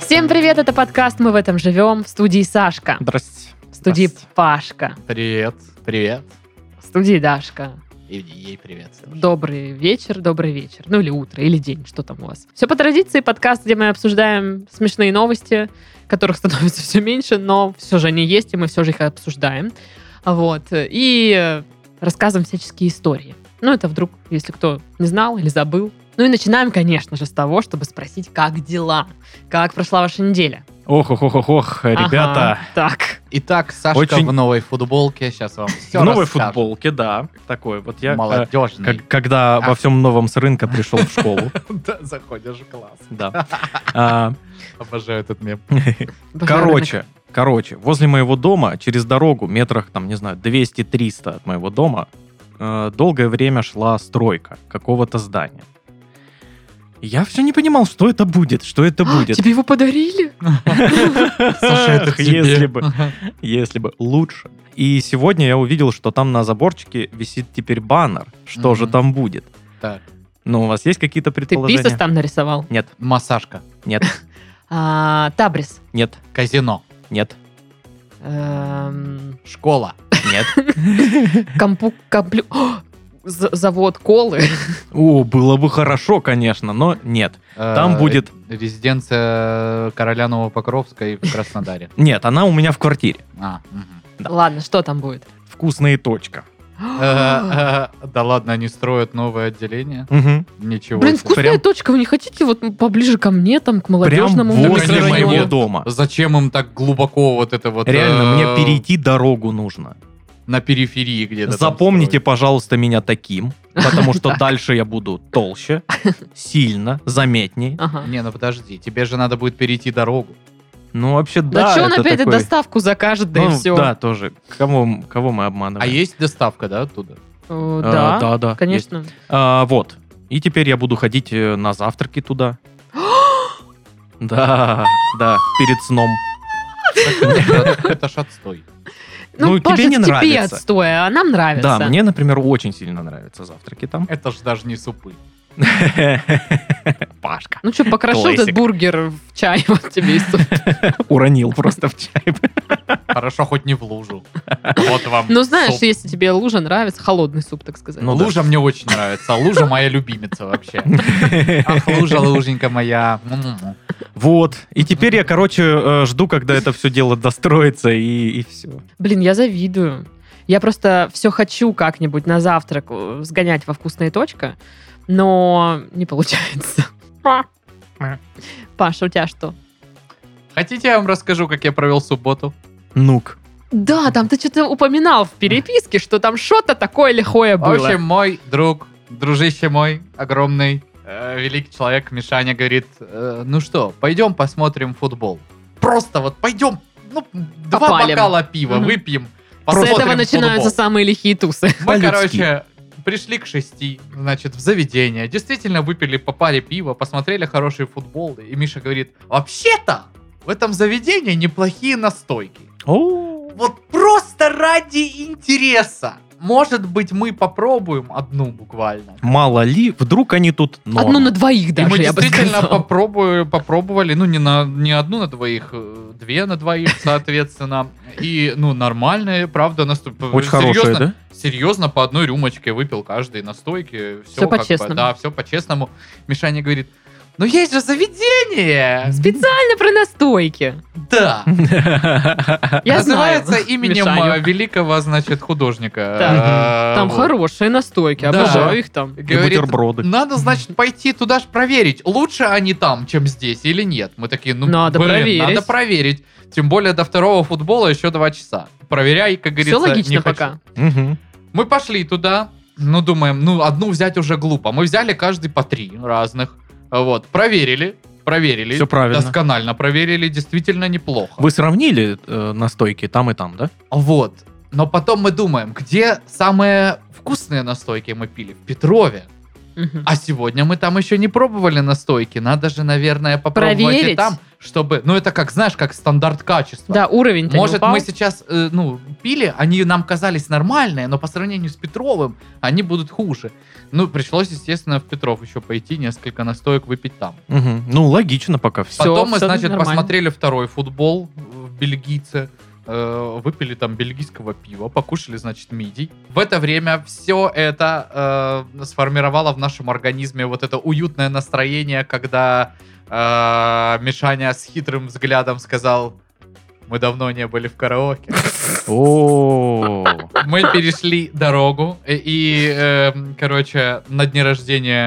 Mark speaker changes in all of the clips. Speaker 1: Всем привет, это подкаст «Мы в этом живем» в студии Сашка,
Speaker 2: Здрасте.
Speaker 1: в студии
Speaker 2: Здрасте.
Speaker 1: Пашка,
Speaker 2: Привет. Привет.
Speaker 1: в студии Дашка.
Speaker 2: И ей привет. Саша.
Speaker 1: Добрый вечер, добрый вечер. Ну или утро, или день, что там у вас. Все по традиции, подкаст, где мы обсуждаем смешные новости, которых становится все меньше, но все же они есть, и мы все же их обсуждаем. Вот. И э, рассказываем всяческие истории. Ну это вдруг, если кто не знал или забыл. Ну и начинаем, конечно же, с того, чтобы спросить, как дела? Как прошла ваша неделя?
Speaker 3: Ох, ох, ох, ох, ох, ребята.
Speaker 1: Ага, так.
Speaker 2: Итак, Сашка
Speaker 3: Очень-
Speaker 2: в новой футболке. Сейчас вам все
Speaker 3: в новой футболке, да. Такой вот я. э,
Speaker 2: Молодежный.
Speaker 3: как- когда
Speaker 2: Ах.
Speaker 3: во всем новом с рынка пришел в школу.
Speaker 2: Да, заходишь в класс.
Speaker 3: Да. А,
Speaker 2: Обожаю этот мем.
Speaker 1: Обожаю
Speaker 3: Короче, короче, возле моего дома, через дорогу, метрах, там, не знаю, 200-300 от моего дома, э, долгое время шла стройка какого-то здания. Я все не понимал, что это будет, что это
Speaker 1: рынок. А,
Speaker 3: будет.
Speaker 1: Тебе его подарили?
Speaker 2: Саша, это
Speaker 3: Эх,
Speaker 2: тебе.
Speaker 3: Если бы. если бы лучше. И сегодня я увидел, что там на заборчике висит теперь баннер. Что же
Speaker 2: Мгм.
Speaker 3: там будет?
Speaker 2: Так.
Speaker 3: Ну, у вас есть какие-то
Speaker 1: Ты
Speaker 3: предположения?
Speaker 1: писас там нарисовал?
Speaker 3: Нет,
Speaker 2: Массажка.
Speaker 3: нет,
Speaker 1: А, Табрис.
Speaker 3: нет,
Speaker 2: Казино.
Speaker 3: нет,
Speaker 1: Эм,
Speaker 2: Школа.
Speaker 3: нет.
Speaker 1: Компу... комплю- О, з- Завод колы.
Speaker 3: О, было бы хорошо, конечно, но нет. Там
Speaker 2: Э,
Speaker 3: будет-
Speaker 2: Резиденция короля Новопокровска и в Краснодаре.
Speaker 3: Нет, она у меня в квартире.
Speaker 2: А, мгм.
Speaker 3: Да.
Speaker 1: Ладно, что там будет?
Speaker 3: Вкусные точка.
Speaker 1: Блин,
Speaker 2: Э, э, Да ладно, они строят новое отделение.
Speaker 3: Мгм.
Speaker 2: Ничего. себе.
Speaker 1: вкусная
Speaker 3: прям-
Speaker 1: точка. Вы не хотите вот поближе ко мне, там, к
Speaker 3: Прям
Speaker 1: молодежному?
Speaker 3: возле
Speaker 2: конечно,
Speaker 3: моего
Speaker 2: нет.
Speaker 3: дома.
Speaker 2: Зачем им так глубоко вот это вот...
Speaker 3: Реально,
Speaker 2: э,
Speaker 3: мне перейти дорогу нужно.
Speaker 2: На периферии где-то. там
Speaker 3: Запомните,
Speaker 2: строить.
Speaker 3: пожалуйста, меня таким, потому что
Speaker 1: Так.
Speaker 3: дальше я буду толще, сильно, заметнее.
Speaker 1: Ага.
Speaker 2: Не, ну подожди, тебе же надо будет перейти дорогу.
Speaker 3: Ну, вообще, да.
Speaker 1: Да, что он
Speaker 3: это
Speaker 1: опять
Speaker 3: такой-
Speaker 1: доставку закажет, да и
Speaker 3: Ну,
Speaker 1: все.
Speaker 3: Да, тоже. Кого, кого мы
Speaker 2: А
Speaker 3: обманываем?
Speaker 2: есть доставка, да, оттуда?
Speaker 1: О,
Speaker 3: Э,
Speaker 1: Да,
Speaker 3: да, да, есть.
Speaker 1: конечно.
Speaker 3: А, вот. И теперь я буду ходить э, на завтраки туда. Да, да, перед сном.
Speaker 2: Это ж отстой.
Speaker 1: Ну,
Speaker 3: Ну,
Speaker 1: Паша,
Speaker 3: тебе не
Speaker 1: это тебе
Speaker 3: нравится.
Speaker 1: отстой, а нам нравится.
Speaker 3: Да, мне, например, очень сильно нравятся завтраки там.
Speaker 2: Это ж даже не супы.
Speaker 3: Пашка.
Speaker 1: Ну что, покрошил этот
Speaker 3: Классик.
Speaker 1: бургер в чай, вот тебе и суп.
Speaker 3: Уронил просто в чай.
Speaker 2: Хорошо, хоть не в лужу. Вот вам
Speaker 1: Ну, знаешь,
Speaker 2: суп.
Speaker 1: если тебе лужа нравится, холодный суп, так сказать.
Speaker 3: Ну, да.
Speaker 2: Лужа мне очень нравится. а Лужа моя любимица вообще. Ах, лужа, луженька моя. М-м-м.
Speaker 3: Вот. И теперь я, короче, э, жду, когда это все дело достроится, и, и все.
Speaker 1: Блин, я завидую. Я просто все хочу как-нибудь на завтрак э, сгонять во вкусная точка, но не получается. Паша, у тебя что?
Speaker 2: Хотите, я вам расскажу, как я провел субботу?
Speaker 3: Нук.
Speaker 1: Да, там ты что-то упоминал в переписке, что там что-то такое лихое
Speaker 2: В общем,
Speaker 1: было.
Speaker 2: мой друг, дружище мой, огромный, э, великий человек Мишаня говорит, э, ну что, пойдем посмотрим футбол. Просто вот пойдем, ну, два
Speaker 1: Попалим.
Speaker 2: бокала пива
Speaker 1: Мгм.
Speaker 2: выпьем,
Speaker 1: С
Speaker 2: посмотрим
Speaker 1: этого начинаются
Speaker 2: футбол.
Speaker 1: самые лихие тусы.
Speaker 2: Мы,
Speaker 3: По-людски.
Speaker 2: короче, пришли к шести, значит, в заведение. Действительно выпили по паре пива, посмотрели хороший футбол. И Миша говорит, вообще-то в этом заведении неплохие настойки.
Speaker 3: О,
Speaker 2: Вот просто ради интереса. Может быть, мы попробуем одну буквально.
Speaker 3: Мало ли, вдруг они тут норм.
Speaker 1: Одну на двоих
Speaker 2: и мы
Speaker 1: даже, я бы
Speaker 2: действительно
Speaker 1: сказала.
Speaker 2: попробую, попробовали, ну, не, на, не одну на двоих, э, две на двоих, соответственно. И, ну, нормальные, правда, наступ...
Speaker 3: Очень хорошая, да?
Speaker 2: серьезно по одной рюмочке выпил каждый на стойке. Все,
Speaker 1: Всё по-честному.
Speaker 2: да, все по-честному. Мишаня говорит, ну есть же заведение!
Speaker 1: Специально про настойки.
Speaker 2: Да!
Speaker 1: Я знаю.
Speaker 2: Называется именем
Speaker 1: Мишаню.
Speaker 2: э, великого, значит, художника.
Speaker 1: Так.
Speaker 2: Э,
Speaker 1: Там
Speaker 2: вот.
Speaker 1: хорошие настойки,
Speaker 2: Да.
Speaker 1: обожаю их там.
Speaker 3: И
Speaker 2: Говорит,
Speaker 3: бутерброды.
Speaker 2: надо, значит, пойти туда ж проверить, лучше они там, чем здесь или нет. Мы такие, ну,
Speaker 1: Надо
Speaker 2: блин,
Speaker 1: проверить.
Speaker 2: надо проверить. Тем более до второго футбола еще два часа. Проверяй, как
Speaker 1: Все
Speaker 2: говорится, не
Speaker 1: логично
Speaker 2: хочу.
Speaker 1: пока.
Speaker 3: Мгм.
Speaker 2: Мы пошли туда, ну, думаем, ну, одну взять уже глупо. Мы взяли каждый по три разных. Вот, проверили, проверили.
Speaker 3: Всё правильно.
Speaker 2: Досконально проверили, действительно неплохо.
Speaker 3: Вы сравнили э, настойки там и там, да?
Speaker 2: Вот. Но потом мы думаем, где самые вкусные настойки мы пили? В Петрове.
Speaker 1: Мгм.
Speaker 2: А сегодня мы там еще не пробовали настойки. Надо же, наверное, попробовать и
Speaker 1: Проверить.
Speaker 2: там. чтобы... Ну, это как, знаешь, как стандарт качества.
Speaker 1: Да, уровень
Speaker 2: Может, мы сейчас, э, ну, пили, они нам казались нормальные, но по сравнению с Петровым они будут хуже. Ну, пришлось, естественно, в Петров еще пойти, несколько настоек выпить там.
Speaker 3: Мгм. Ну, логично пока все.
Speaker 1: Всё,
Speaker 2: Потом мы,
Speaker 1: всё
Speaker 2: значит,
Speaker 1: нормально.
Speaker 2: посмотрели второй футбол в бельгийце, э, выпили там бельгийского пива, покушали, значит, мидий. В это время все это э, сформировало в нашем организме вот это уютное настроение, когда э, Мишаня с хитрым взглядом сказал, мы давно не были в караоке.
Speaker 3: О,
Speaker 2: Мы перешли дорогу, и- и, эм, короче, на дне рождения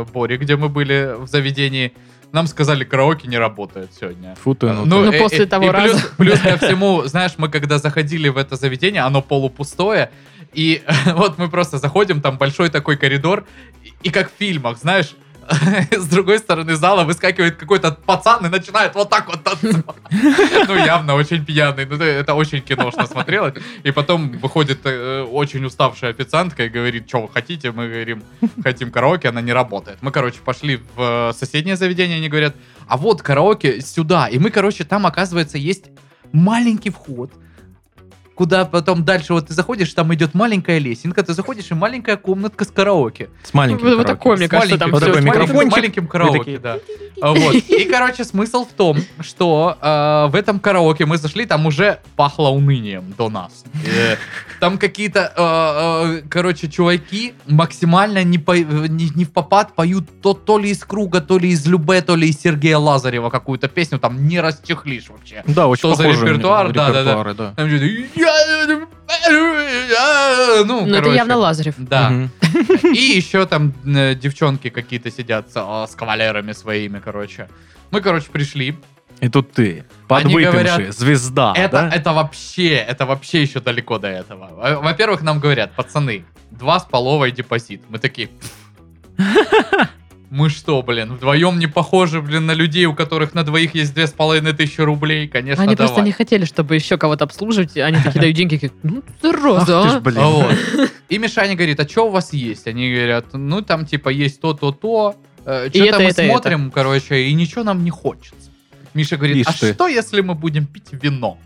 Speaker 2: э, Бори, где мы были в заведении, нам сказали, караоке не работает сегодня.
Speaker 3: фу ты, ну,
Speaker 1: Ну,
Speaker 3: ты.
Speaker 2: э,
Speaker 1: после
Speaker 2: э,
Speaker 1: того
Speaker 2: и плюс-
Speaker 1: раза.
Speaker 2: Плюс ко всему, знаешь, мы когда заходили в это заведение, оно полупустое, и вот мы просто заходим, там большой такой коридор, и- и как в фильмах, знаешь, с другой стороны зала выскакивает какой-то пацан и начинает вот так вот танцевать. Ну, явно очень пьяный. Ну, да, это очень киношно смотрелось. И потом выходит э, очень уставшая официантка и говорит, что вы хотите? Мы говорим, хотим караоке, она не работает. Мы, короче, пошли в э, соседнее заведение, они говорят, а вот караоке сюда. И мы, короче, там, оказывается, есть маленький вход, куда потом дальше вот ты заходишь, там идет маленькая лесенка, ты заходишь, и маленькая комнатка с караоке.
Speaker 3: С маленьким
Speaker 1: Вот
Speaker 3: караоке.
Speaker 1: такое, мне
Speaker 2: С
Speaker 1: кажется, там
Speaker 2: маленьким-
Speaker 3: Вот
Speaker 1: всё
Speaker 3: такой
Speaker 2: с
Speaker 1: очень-
Speaker 2: маленьким-
Speaker 3: микрофончик.
Speaker 2: маленьким
Speaker 3: Вы
Speaker 2: караоке,
Speaker 3: такие,
Speaker 2: да. А Вот. И, короче, смысл в том, что э, в этом караоке мы зашли, там уже пахло унынием до нас. Э, Там какие-то, э, э, короче, чуваки максимально не, по- не- не в попад поют то, то ли из Круга, то ли из Любе, то ли из Сергея Лазарева какую-то песню, там не расчехлишь вообще.
Speaker 3: Да, очень
Speaker 2: Что за
Speaker 3: похожие
Speaker 2: репертуар? Да, да, да.
Speaker 3: репертуары, да.
Speaker 2: Там что-то, «Я- я- Ну,
Speaker 1: Ну, это
Speaker 2: короче.
Speaker 1: явно Лазарев.
Speaker 2: Да.
Speaker 3: Мгм.
Speaker 2: И еще там э, девчонки какие-то сидят с, а, с кавалерами своими, короче. Мы, короче, пришли.
Speaker 3: И тут ты, подвыпивший,
Speaker 2: говорят,
Speaker 1: А,
Speaker 3: звезда,
Speaker 2: это,
Speaker 3: да?
Speaker 2: это вообще, это вообще еще далеко до этого. Во- Во-первых, нам говорят, пацаны, два с половой депозит. Мы такие... «Пф». Мы что, блин, вдвоем не похожи, блин, на людей, у которых на двоих есть две с половиной тысячи рублей, конечно,
Speaker 1: Они
Speaker 2: давай.
Speaker 1: просто не хотели, чтобы еще кого-то обслуживать. и Они такие дают деньги, такие, ну,
Speaker 3: Ах
Speaker 1: зараза,
Speaker 3: ты ж,
Speaker 1: а.
Speaker 3: блин.
Speaker 2: А вот. И Мишаня говорит, а что у вас есть? Они говорят, ну там типа есть то-то-то.
Speaker 1: И
Speaker 2: Что-то
Speaker 1: это,
Speaker 2: мы
Speaker 1: это,
Speaker 2: смотрим, короче, и ничего нам не хочется. Миша говорит,
Speaker 3: Ишь
Speaker 2: а
Speaker 3: ты.
Speaker 2: что если мы будем пить вино?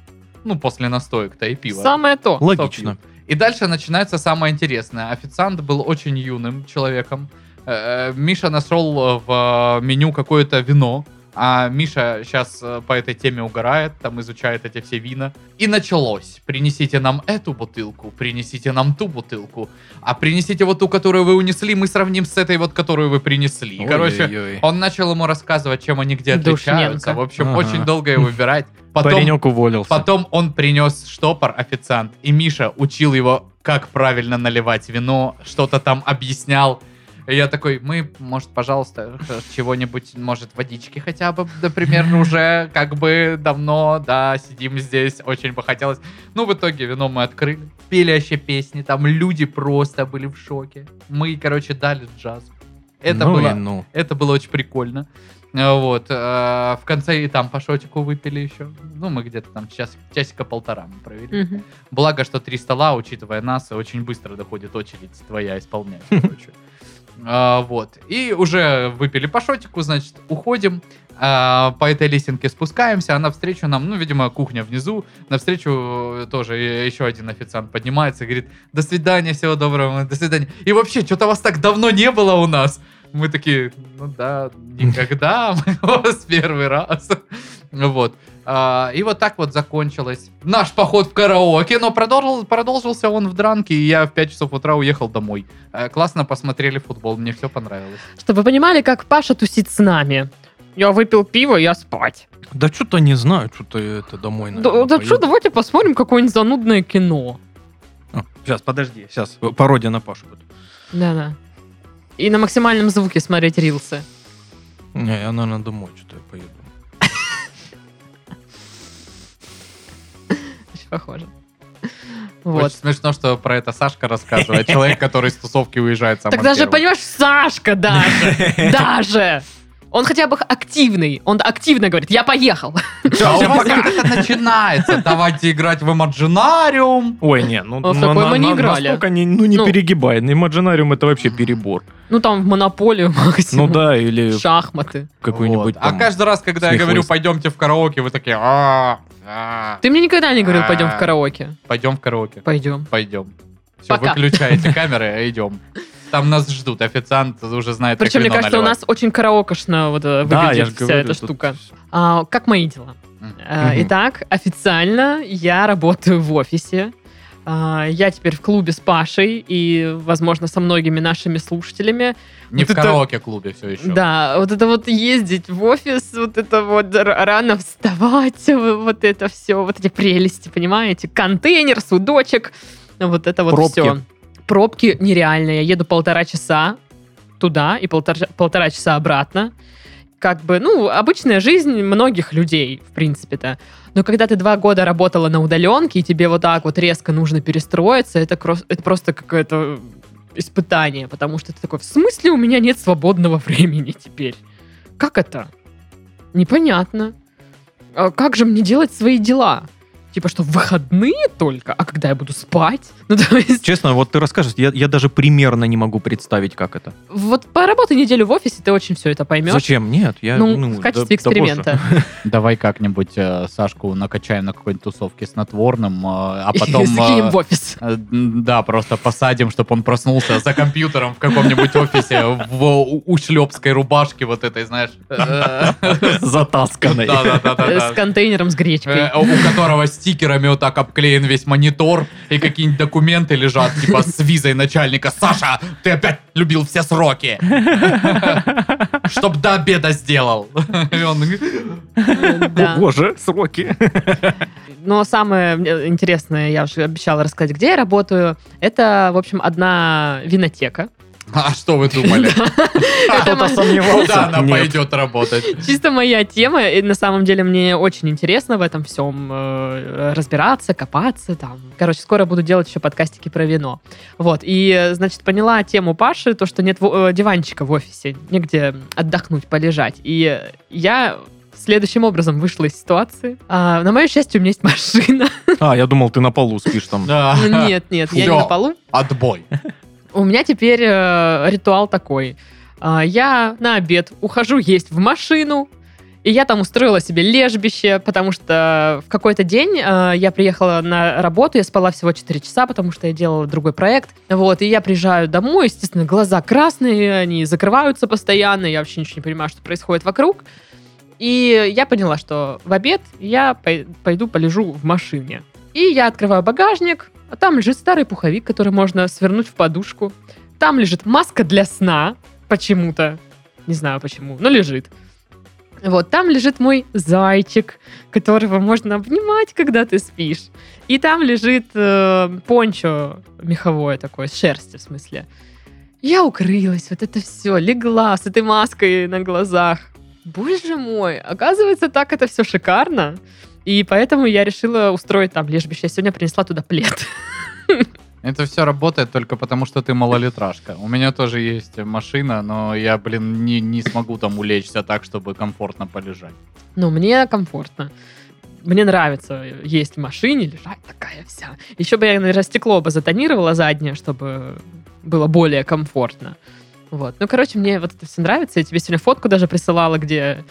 Speaker 2: Ну, после настоек-то и пива.
Speaker 1: Самое то.
Speaker 3: Логично.
Speaker 2: И дальше начинается самое интересное. Официант был очень юным человеком. Э, Миша нашел э, в э, меню какое-то вино, а Миша сейчас по этой теме угорает, там изучает эти все вина. И началось. Принесите нам эту бутылку, принесите нам ту бутылку, а принесите вот ту, которую вы унесли, мы сравним с этой вот, которую вы принесли. Короче, а
Speaker 3: Ой-ой-ой.
Speaker 2: он начал ему рассказывать, чем они где отличаются.
Speaker 1: Душненко.
Speaker 2: В общем,
Speaker 3: Ага.
Speaker 2: очень долго его выбирать. Потом
Speaker 3: Паренек уволился.
Speaker 2: Потом он принес штопор, официант, и Миша учил его, как правильно наливать вино, что-то там объяснял. И я такой, мы, может, пожалуйста, х- чего-нибудь, может, водички хотя бы, например, уже как бы давно, да, сидим здесь, очень бы хотелось. Ну, в итоге вино мы открыли, пели вообще песни, там люди просто были в шоке. Мы, короче, дали джаз. Это
Speaker 3: ну и
Speaker 2: было
Speaker 3: ну.
Speaker 2: это было очень прикольно. Э, Вот. э, В конце и там по шотику выпили еще. Ну, мы где-то там час, часика полтора мы провели.
Speaker 1: Мгм.
Speaker 2: Благо, что три стола, учитывая нас, очень быстро доходит очередь твоя исполнять, короче. А, Вот. И уже выпили по шотику, значит, уходим. а, По этой лесенке спускаемся, а навстречу нам, ну, видимо, кухня внизу, навстречу э, тоже э, еще один официант поднимается и говорит, до свидания, всего доброго, до свидания. И вообще, что-то вас так давно не было у нас. Мы такие, ну да, никогда, мы у вас первый раз. Вот. А, И вот так вот закончилось наш поход в караоке, но продолжил, продолжился он в дранке, и я в 5 часов утра уехал домой. Э, Классно посмотрели футбол, мне все понравилось.
Speaker 1: Чтобы вы понимали, как Паша тусит с нами. Я выпил пиво, я спать.
Speaker 3: Да что-то не знаю, что-то это домой,
Speaker 1: Да, да что, давайте посмотрим какое-нибудь занудное кино.
Speaker 3: Сейчас, А, подожди, сейчас. Пародия на Пашу будет.
Speaker 1: Да-да. И на максимальном звуке смотреть рилсы.
Speaker 3: Не, я, наверное, домой что-то поеду.
Speaker 1: Очень похоже.
Speaker 2: Очень
Speaker 1: Вот.
Speaker 2: смешно, что про это Сашка рассказывает, человек, который с тусовки уезжает сам.
Speaker 1: Так даже, понимаешь, Сашка даже. Даже. Он хотя бы активный. Он активно говорит, я поехал.
Speaker 2: Да,
Speaker 3: Всё,
Speaker 2: А у вас
Speaker 3: пока.
Speaker 2: как это начинается. Давайте играть в Imaginarium.
Speaker 3: Ой, не, ну
Speaker 1: А в
Speaker 3: на-
Speaker 1: такое мы
Speaker 3: на-
Speaker 1: не
Speaker 3: на-
Speaker 1: играли.
Speaker 3: настолько не, ну не
Speaker 1: Ну.
Speaker 3: перегибай. Имаджинариум это вообще перебор.
Speaker 1: Ну, там в монополию максимум.
Speaker 3: Ну да, или
Speaker 1: Шахматы.
Speaker 3: какой-нибудь
Speaker 2: Вот. А
Speaker 3: там-
Speaker 2: каждый раз, когда я
Speaker 3: смехуйся.
Speaker 2: говорю, пойдемте в караоке, вы такие, а, а,
Speaker 1: Ты мне никогда не говорил, пойдем в
Speaker 2: А.
Speaker 1: караоке.
Speaker 2: пойдем в караоке.
Speaker 1: Пойдем.
Speaker 2: Пойдем. Все,
Speaker 1: Пока.
Speaker 2: выключаете камеры, идем. Там нас ждут, официант уже знает, как
Speaker 1: Причем, мне
Speaker 2: вино
Speaker 1: кажется, у
Speaker 2: наливать.
Speaker 1: нас очень караокошно вот, э, выглядит
Speaker 3: Да, я же
Speaker 1: вся
Speaker 3: говорю,
Speaker 1: эта
Speaker 3: тут-
Speaker 1: штука. А, как мои дела?
Speaker 2: Мгм.
Speaker 1: Э,
Speaker 3: Мгм.
Speaker 1: Итак, официально я работаю в офисе. А, Я теперь в клубе с Пашей и, возможно, со многими нашими слушателями.
Speaker 2: Не
Speaker 1: Вот
Speaker 2: в
Speaker 1: это-
Speaker 2: караоке-клубе все еще.
Speaker 1: Да, вот это вот ездить в офис, вот это вот р- рано вставать, в- вот это все, вот эти прелести, понимаете? Контейнер, судочек, вот это вот
Speaker 3: Пробки.
Speaker 1: все. Пробки нереальные. Я еду полтора часа туда и полтора, полтора часа обратно. Как бы, ну, обычная жизнь многих людей, в принципе-то. Но когда ты два года работала на удаленке, и тебе вот так вот резко нужно перестроиться, это, крос- это просто какое-то испытание, потому что ты такой, в смысле у меня нет свободного времени теперь? Как это? Непонятно. А как же мне делать свои дела? Типа что, в выходные только? А когда я буду спать? Ну, то есть,
Speaker 3: Честно, вот ты расскажешь, я, я даже примерно не могу представить, как это.
Speaker 1: вот поработай неделю в офисе, ты очень все это поймешь.
Speaker 3: Зачем? Нет, я
Speaker 1: Ну,
Speaker 3: ну,
Speaker 1: в
Speaker 3: да-
Speaker 1: качестве
Speaker 3: да боже.
Speaker 1: эксперимента.
Speaker 2: Давай как-нибудь э, Сашку накачаем на какой-нибудь тусовке снотворным, э, а потом...
Speaker 1: И закинем
Speaker 2: э,
Speaker 1: в офис.
Speaker 2: э, м, Да, просто посадим, чтобы он проснулся за компьютером в каком-нибудь офисе в у- ушлепской рубашке вот этой, знаешь. э,
Speaker 3: Затасканный.
Speaker 1: Э,
Speaker 2: Да-да-да-да.
Speaker 1: С контейнером с гречкой.
Speaker 2: Э, у которого стикерами вот так обклеен весь монитор, и какие-нибудь документы лежат, типа с визой начальника. Саша, ты опять любил все сроки. Чтоб до обеда сделал. И он,
Speaker 1: Да.
Speaker 3: О, боже, сроки.
Speaker 1: Но самое мне интересное, я уже обещала рассказать, где я работаю. Это, в общем, одна винотека.
Speaker 2: А что вы думали? А
Speaker 1: Это мо-
Speaker 2: Куда
Speaker 3: Кто-то
Speaker 2: она
Speaker 3: сомневался. Нет.
Speaker 2: пойдет работать?
Speaker 1: Чисто моя тема, и на самом деле мне очень интересно в этом всем э, разбираться, копаться там. Короче, скоро буду делать еще подкастики про вино. Вот, и, э, значит, поняла тему Паши, то, что нет во- э, диванчика в офисе, негде отдохнуть, полежать. И э, я следующим образом вышла из ситуации. А, на мое счастье, у меня есть машина.
Speaker 3: А, я думал, ты на полу спишь там.
Speaker 2: Да.
Speaker 1: Нет, нет, я не
Speaker 2: Всё.
Speaker 1: на полу.
Speaker 2: Отбой.
Speaker 1: У меня теперь э, ритуал такой. А, Я на обед ухожу есть в машину, и я там устроила себе лежбище, потому что в какой-то день э, я приехала на работу, я спала всего 4 часа, потому что я делала другой проект. Вот, и я приезжаю домой, естественно, глаза красные, они закрываются постоянно, я вообще ничего не понимаю, что происходит вокруг. И я поняла, что в обед я пой- пойду полежу в машине. И я открываю багажник, а там лежит старый пуховик, который можно свернуть в подушку. Там лежит маска для сна почему-то. Не знаю почему, но лежит. Вот, там лежит мой зайчик, которого можно обнимать, когда ты спишь. И там лежит э, пончо меховое такое, с шерсти в смысле. Я укрылась, вот это все, легла с этой маской на глазах. Боже мой, оказывается, так это все шикарно. И поэтому я решила устроить там лежбище. Я сегодня принесла туда плед.
Speaker 2: Это все работает только потому, что ты малолитражка. У меня тоже есть машина, но я, блин, не, не смогу там улечься так, чтобы комфортно полежать.
Speaker 1: Но мне комфортно. Мне нравится есть в машине, лежать такая вся. Еще бы я, наверное, стекло бы затонировала заднее, чтобы было более комфортно. Вот. Ну, короче, мне вот это все нравится. Я тебе сегодня фотку даже присылала, где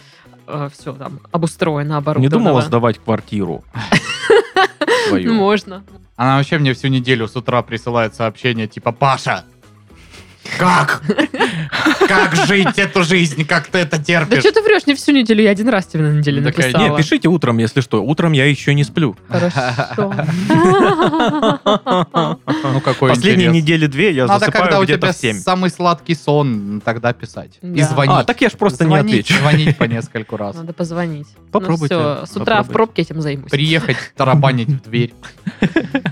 Speaker 1: все там обустроено,
Speaker 3: Не
Speaker 1: оборудовано.
Speaker 3: думала сдавать квартиру.
Speaker 1: Ну,
Speaker 3: Свою.
Speaker 1: Можно.
Speaker 2: Она вообще мне всю неделю с утра присылает сообщение типа «Паша, как? Как жить эту жизнь? Как ты это
Speaker 1: Да
Speaker 2: терпишь?»
Speaker 1: что ты врешь? Не всю неделю, я один раз тебе на неделе
Speaker 3: Ну,
Speaker 2: Такая,
Speaker 1: написала.
Speaker 3: Не, пишите утром, если что. Утром я еще не сплю.
Speaker 1: Хорошо.
Speaker 2: Ну какой
Speaker 3: Последние
Speaker 2: интерес.
Speaker 3: недели две я
Speaker 2: Надо, когда
Speaker 3: засыпаю
Speaker 2: у
Speaker 3: где-то
Speaker 2: тебя
Speaker 3: в 7.
Speaker 2: самый сладкий сон, тогда писать. И
Speaker 1: Да. Ну
Speaker 2: звонить.
Speaker 3: А, так я ж просто не
Speaker 2: звонить,
Speaker 3: отвечу.
Speaker 2: Звонить по нескольку раз.
Speaker 1: Надо позвонить.
Speaker 3: Попробуйте,
Speaker 1: Ну, все, с утра
Speaker 3: попробуйте.
Speaker 1: в пробке этим займусь.
Speaker 2: Приехать, тарабанить в дверь.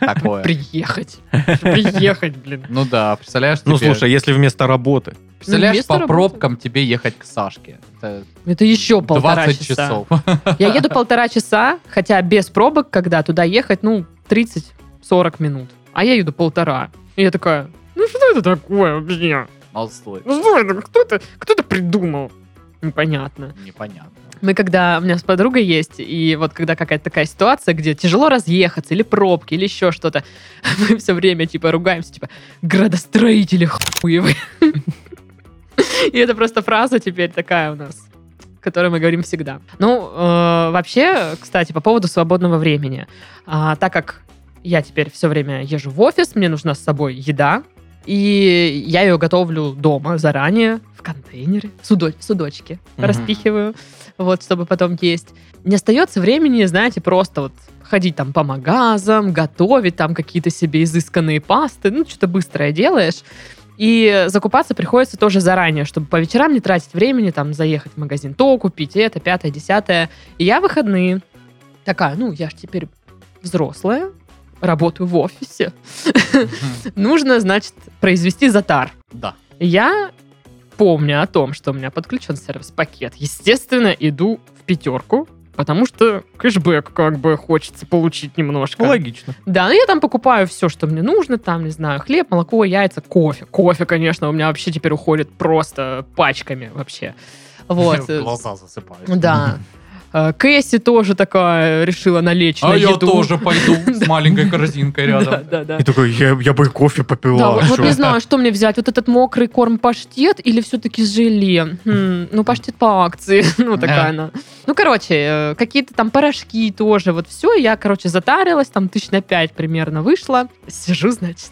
Speaker 2: Такое.
Speaker 1: Приехать. Приехать, блин.
Speaker 2: Ну да, представляешь,
Speaker 3: Ну,
Speaker 2: тебе-
Speaker 3: слушай, если вместо работы.
Speaker 2: представляешь,
Speaker 1: вместо
Speaker 2: по
Speaker 1: работы.
Speaker 2: пробкам тебе ехать к Сашке. Это
Speaker 1: Это еще полтора
Speaker 2: 20
Speaker 1: часа.
Speaker 2: часов.
Speaker 1: Я еду полтора часа, хотя без пробок, когда туда ехать, ну, 30-40 минут. А я еду полтора. И я такая, ну что это такое вообще?
Speaker 2: Молодцы.
Speaker 1: Ну что это? Кто это, кто это придумал? Непонятно.
Speaker 2: Непонятно.
Speaker 1: Мы когда... У меня с подругой есть, и вот когда какая-то такая ситуация, где тяжело разъехаться, или пробки, или еще что-то, мы все время, типа, ругаемся, типа, градостроители хуевые. И это просто фраза теперь такая у нас которую мы говорим всегда. Ну, э, вообще, кстати, по поводу свободного времени. А, так как я теперь все время езжу в офис, мне нужна с собой еда, и я ее готовлю дома заранее, в контейнере, в судо- в судочке
Speaker 3: Мгм.
Speaker 1: распихиваю, вот, чтобы потом есть. Не остается времени, знаете, просто вот ходить там по магазам, готовить там какие-то себе изысканные пасты, ну, что-то быстрое делаешь. И закупаться приходится тоже заранее, чтобы по вечерам не тратить времени, там, заехать в магазин, то купить, это, пятое, десятое. И я в выходные такая, ну, я же теперь взрослая, работаю в офисе. Нужно, значит, произвести затар.
Speaker 2: Да.
Speaker 1: Я помню о том, что у меня подключен сервис-пакет. Естественно, иду в пятерку, потому что кэшбэк как бы хочется получить немножко.
Speaker 3: Логично.
Speaker 1: Да, ну я там покупаю все, что мне нужно, там, не знаю, хлеб, молоко, яйца, кофе. Кофе, конечно, у меня вообще теперь уходит просто пачками вообще. Вот.
Speaker 2: Глаза засыпают.
Speaker 1: Да. Э, Кэсси тоже такая решила налечь на
Speaker 2: А я
Speaker 1: еду.
Speaker 2: тоже пойду с маленькой корзинкой
Speaker 1: Да,
Speaker 2: рядом.
Speaker 1: да, да.
Speaker 3: И такой, я, я бы и кофе попила.
Speaker 1: Да, вот,
Speaker 3: а
Speaker 1: вот
Speaker 3: чё?
Speaker 1: не знаю, что мне взять. Вот этот мокрый корм паштет или все-таки желе? Хм, ну, паштет по акции. ну, такая
Speaker 2: Да.
Speaker 1: она. Ну, короче, э, какие-то там порошки тоже. Вот все. Я, короче, затарилась. Там тысяч на пять примерно вышла. Сижу, значит,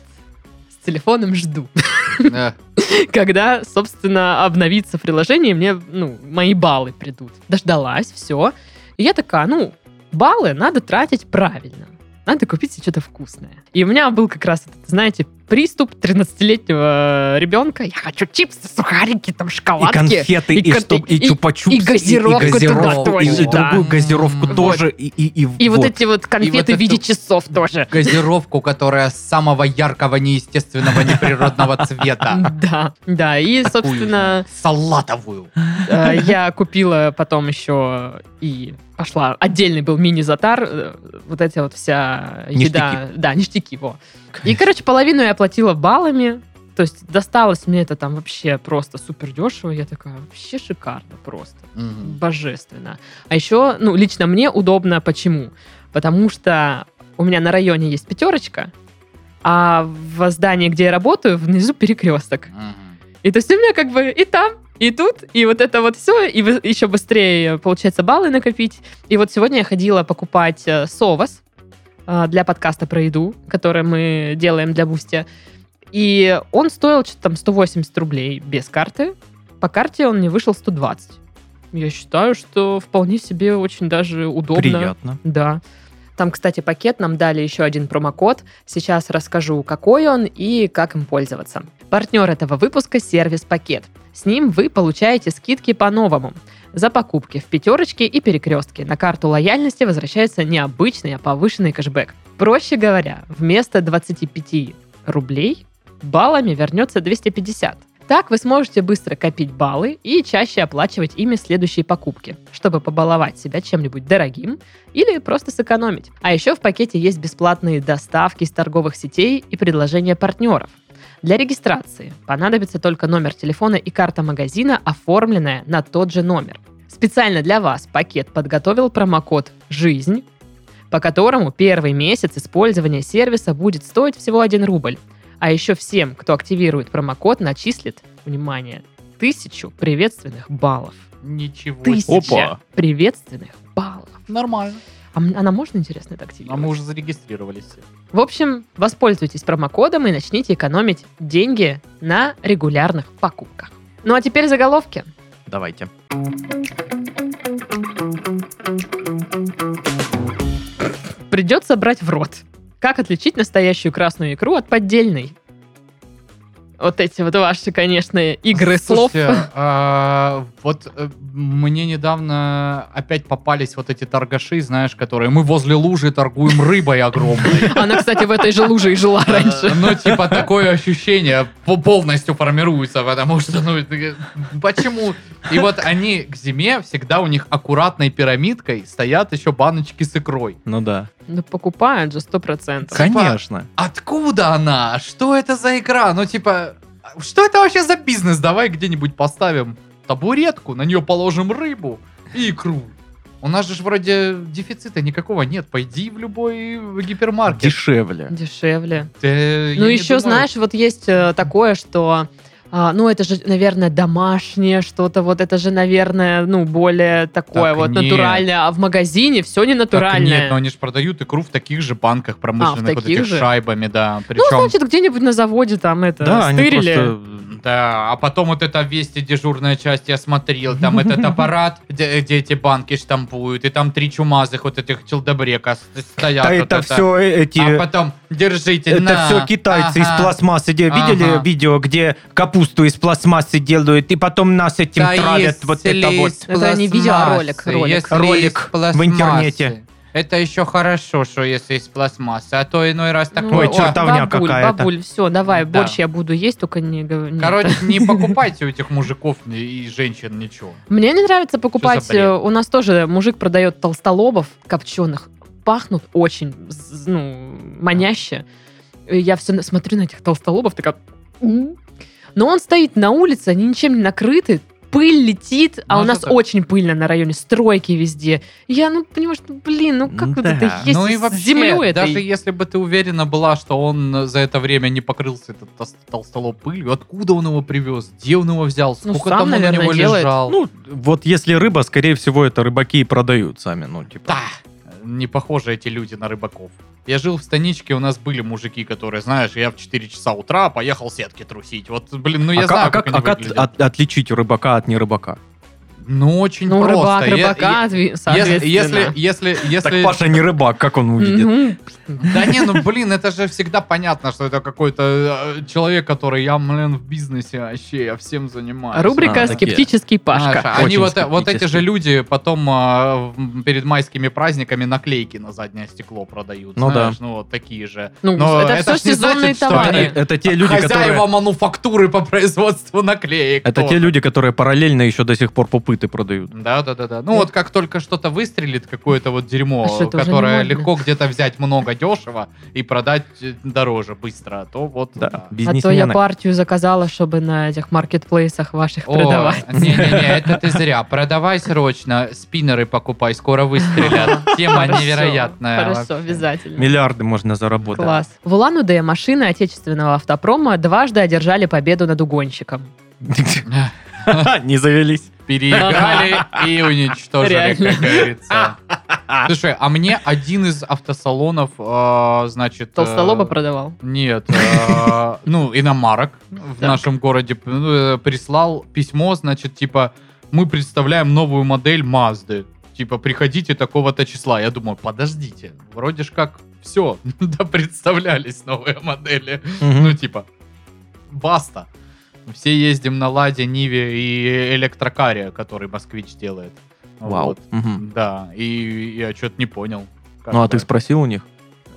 Speaker 1: с телефоном жду.
Speaker 2: Да.
Speaker 1: когда, собственно, обновится приложение, и мне, ну, мои баллы придут. Дождалась, все. И я такая, ну, баллы надо тратить правильно. Надо купить себе что-то вкусное. И у меня был как раз, этот, знаете, приступ 13-летнего ребенка. Я хочу чипсы, сухарики, там,
Speaker 3: И
Speaker 1: шоколадки.
Speaker 3: конфеты, и,
Speaker 1: и кон-
Speaker 3: чтоб- и
Speaker 1: и-
Speaker 3: чупа-чупсы,
Speaker 1: и газировку
Speaker 3: и,
Speaker 1: туда
Speaker 3: газировку,
Speaker 1: тоже,
Speaker 3: и, и
Speaker 1: да.
Speaker 3: другую газировку
Speaker 2: Вот.
Speaker 3: тоже, и, и, и,
Speaker 1: И вот. эти вот конфеты
Speaker 2: вот это-
Speaker 1: в виде часов тоже.
Speaker 2: Газировку, которая самого яркого, неестественного, неприродного цвета.
Speaker 1: Да, да. И,
Speaker 2: Такую
Speaker 1: собственно,
Speaker 2: Салатовую.
Speaker 1: Э, Я купила потом еще и пошла. Отдельный был мини-затар. э, Вот эти вот вся еда. Да, ништяки, во. И, короче, половину я оплатила баллами. То есть досталось мне это там вообще просто супер дешево. Я такая, вообще шикарно просто.
Speaker 2: Мгм.
Speaker 1: Божественно. А еще, ну, лично мне удобно почему? Потому что у меня на районе есть пятерочка, а в здании, где я работаю, внизу перекресток.
Speaker 2: Мгм.
Speaker 1: И то есть у меня как бы и там, и тут, и вот это вот все, и вы- еще быстрее, получается, баллы накопить. И вот сегодня я ходила покупать э, совос э, для подкаста про еду, который мы делаем для Бустя. И он стоил что-то там 180 рублей без карты. По карте он не вышел 120. Я считаю, что вполне себе очень даже удобно.
Speaker 3: Приятно.
Speaker 1: Да. Там, кстати, пакет нам дали еще один промокод. Сейчас расскажу, какой он и как им пользоваться. Партнер этого выпуска – сервис «Пакет». С ним вы получаете скидки по-новому. За покупки в пятерочке и перекрестке на карту лояльности возвращается не обычный, а повышенный кэшбэк. Проще говоря, вместо 25 рублей баллами вернется 250. Так вы сможете быстро копить баллы и чаще оплачивать ими следующие покупки, чтобы побаловать себя чем-нибудь дорогим или просто сэкономить. А еще в пакете есть бесплатные доставки из торговых сетей и предложения партнеров. Для регистрации понадобится только номер телефона и карта магазина, оформленная на тот же номер. Специально для вас пакет подготовил промокод «Жизнь», по которому первый месяц использования сервиса будет стоить всего 1 рубль. А еще всем, кто активирует промокод, начислит, внимание, тысячу приветственных баллов.
Speaker 2: Ничего. себе.
Speaker 1: Тысяча
Speaker 3: Опа.
Speaker 1: приветственных баллов.
Speaker 2: Нормально.
Speaker 1: А м- она можно, интересно, это
Speaker 2: А
Speaker 1: активировать?
Speaker 2: мы уже зарегистрировались. все.
Speaker 1: В общем, воспользуйтесь промокодом и начните экономить деньги на регулярных покупках. Ну а теперь заголовки.
Speaker 3: Давайте.
Speaker 1: Придется брать в рот. Как отличить настоящую красную икру от поддельной? Вот эти вот ваши, конечно, игры слов.
Speaker 2: Слушайте, а, вот э, мне недавно опять попались вот эти торгаши, знаешь, которые мы возле лужи торгуем рыбой огромной.
Speaker 1: Она, кстати, в этой же луже и жила
Speaker 2: Э,
Speaker 1: раньше.
Speaker 2: Ну, типа, такое ощущение по- полностью формируется, потому что, ну, это, э, почему? И вот они к зиме всегда у них аккуратной пирамидкой стоят еще баночки с икрой.
Speaker 3: Ну да.
Speaker 1: Ну, покупают же, сто процентов.
Speaker 3: Конечно.
Speaker 2: Откуда она? Что это за игра? Ну, типа, что это вообще за бизнес? Давай где-нибудь поставим табуретку, на нее положим рыбу и икру. У нас же ж вроде дефицита никакого нет. Пойди в любой гипермаркет.
Speaker 3: Дешевле.
Speaker 1: Дешевле.
Speaker 2: Э, я
Speaker 1: ну,
Speaker 2: не
Speaker 1: еще,
Speaker 2: думаю.
Speaker 1: знаешь, вот есть э, такое, что... а, ну, это же, наверное, домашнее что-то, вот это же, наверное, ну, более такое
Speaker 2: Так
Speaker 1: вот
Speaker 2: нет.
Speaker 1: натуральное. А в магазине все не
Speaker 2: Так
Speaker 1: натуральное.
Speaker 2: Нет, ну, но они же продают икру в таких же банках промышленных, вот
Speaker 1: таких
Speaker 2: этих
Speaker 1: же?
Speaker 2: шайбами, да. Причем,
Speaker 1: ну, значит, где-нибудь на заводе там это
Speaker 3: Да, они
Speaker 1: стырили.
Speaker 3: просто...
Speaker 2: да, а потом вот эта вести дежурная часть, я смотрел, там этот аппарат, где, где эти банки штампуют, и там три чумазых вот этих челдобрека с- стоят.
Speaker 4: Да
Speaker 2: вот
Speaker 4: это
Speaker 2: это.
Speaker 4: все эти...
Speaker 2: А потом, держите,
Speaker 4: Это
Speaker 2: на.
Speaker 4: все китайцы
Speaker 2: Ага.
Speaker 4: из пластмассы. Де- Видели
Speaker 2: Ага.
Speaker 4: видео, где капусту из пластмассы делают, и потом нас этим
Speaker 2: Да
Speaker 4: травят
Speaker 2: если
Speaker 4: вот это вот.
Speaker 2: из
Speaker 1: Это не видео, а ролик,
Speaker 2: пластмассы,
Speaker 1: ролик.
Speaker 2: если
Speaker 4: Ролик
Speaker 2: из
Speaker 4: в
Speaker 2: пластмассы.
Speaker 4: интернете.
Speaker 2: Это еще хорошо, что если из пластмассы, а то иной раз
Speaker 1: Ну,
Speaker 4: Ой,
Speaker 2: такое.
Speaker 1: о,
Speaker 4: чертовня
Speaker 1: бабуль,
Speaker 4: какая-то.
Speaker 1: Бабуль, все, давай,
Speaker 2: Да.
Speaker 1: больше я буду есть, только не говори.
Speaker 2: Короче, не покупайте у этих мужиков и и женщин ничего.
Speaker 1: Мне не нравится покупать.
Speaker 2: бред?
Speaker 1: э, У нас тоже мужик продает толстолобов копченых. Пахнут очень, з- ну, маняще. И Я все смотрю на этих толстолобов, такая... «М». Но он стоит на улице, они ничем не накрыты, пыль летит, а
Speaker 2: Ну,
Speaker 1: у
Speaker 2: это
Speaker 1: нас
Speaker 2: да.
Speaker 1: очень пыльно на районе, стройки везде. Я, ну, понимаешь, ну, блин, ну как вот это
Speaker 3: Да.
Speaker 1: есть
Speaker 2: ну и
Speaker 1: с
Speaker 2: вообще,
Speaker 1: землей этой?
Speaker 2: даже если бы ты уверена была, что он за это время не покрылся этот тос- толстолоб пылью, откуда он его привез, где он его взял,
Speaker 1: Ну,
Speaker 2: сколько
Speaker 1: сам,
Speaker 2: там он на
Speaker 1: наверное,
Speaker 2: него
Speaker 1: делает.
Speaker 2: лежал.
Speaker 3: Ну, вот если рыба, скорее всего, это рыбаки и продают сами. Ну, типа...
Speaker 2: Да, не похожи эти люди на рыбаков. Я жил в станичке, у нас были мужики, которые, знаешь, я в 4 часа утра поехал сетки трусить. Вот, блин, ну я
Speaker 3: а
Speaker 2: знаю,
Speaker 3: как,
Speaker 2: как,
Speaker 3: а
Speaker 2: они
Speaker 3: как
Speaker 2: выглядят.
Speaker 3: от- отличить рыбака от нерыбака?
Speaker 2: Ну, очень
Speaker 1: ну,
Speaker 2: просто.
Speaker 1: рыбак,
Speaker 2: Е-
Speaker 1: рыбака,
Speaker 2: е-
Speaker 1: отве-
Speaker 2: если,
Speaker 1: соответственно.
Speaker 2: если, если, если...
Speaker 3: Так Паша не рыбак, как он увидит?
Speaker 1: Мгм.
Speaker 2: Да не, ну блин, это же всегда понятно, что это какой-то э, человек, который я, блин, в бизнесе вообще, я всем занимаюсь.
Speaker 1: Рубрика
Speaker 3: А, такие.
Speaker 1: «Скептический Пашка».
Speaker 2: Знаешь, они
Speaker 3: Очень
Speaker 2: вот, э- вот эти
Speaker 3: скептически.
Speaker 2: же люди потом э, в- перед майскими праздниками наклейки на заднее стекло продают.
Speaker 3: Ну
Speaker 2: знаешь, ну вот такие же.
Speaker 1: Ну,
Speaker 2: Но
Speaker 1: это всё
Speaker 2: ж не
Speaker 1: сезонные
Speaker 2: что
Speaker 1: товары.
Speaker 2: они
Speaker 3: Э, Это те люди,
Speaker 2: Хозяева
Speaker 3: которые...
Speaker 2: мануфактуры по производству наклеек.
Speaker 3: Это те люди, которые параллельно еще до сих пор пупыты продают.
Speaker 2: Да, да, да, да. Ну вот как только что-то выстрелит, какое-то вот
Speaker 1: А
Speaker 2: дерьмо,
Speaker 1: что, это уже
Speaker 2: которое
Speaker 1: не модно?
Speaker 2: легко где-то взять много дешево и продать э, дороже быстро, а то вот.
Speaker 3: Да,
Speaker 1: А то я
Speaker 3: бизнесмены.
Speaker 1: партию заказала, чтобы на этих маркетплейсах ваших
Speaker 2: О,
Speaker 1: продавать.
Speaker 2: Не-не-не, это ты зря. Продавай срочно, спиннеры покупай, скоро выстрелят. Тема
Speaker 1: Хорошо,
Speaker 2: невероятная.
Speaker 1: Хорошо,
Speaker 2: вообще.
Speaker 1: обязательно.
Speaker 3: Миллиарды можно заработать.
Speaker 1: Класс. В Улан-Удэ машины отечественного автопрома дважды одержали победу над угонщиком.
Speaker 3: Не завелись.
Speaker 2: Переиграли и уничтожили,
Speaker 1: Реально.
Speaker 2: как говорится. Слушай, а мне один из автосалонов, э, значит... э,
Speaker 1: Толстолоба продавал.
Speaker 2: Нет, э, ну, иномарок в
Speaker 1: Так.
Speaker 2: нашем городе э, прислал письмо, значит, типа, мы представляем новую модель Мазды. Типа, приходите такого-то числа. Я думаю, подождите, вроде ж как все, да представлялись новые модели. Ну,
Speaker 3: Мгм.
Speaker 2: типа, баста. Все ездим на Ладе, Ниве и электрокаре, который москвич делает.
Speaker 3: Вау.
Speaker 2: Вот.
Speaker 3: Мгм.
Speaker 2: Да, и я что-то не понял. как
Speaker 3: Ну, а
Speaker 2: бы.
Speaker 3: ты спросил у них?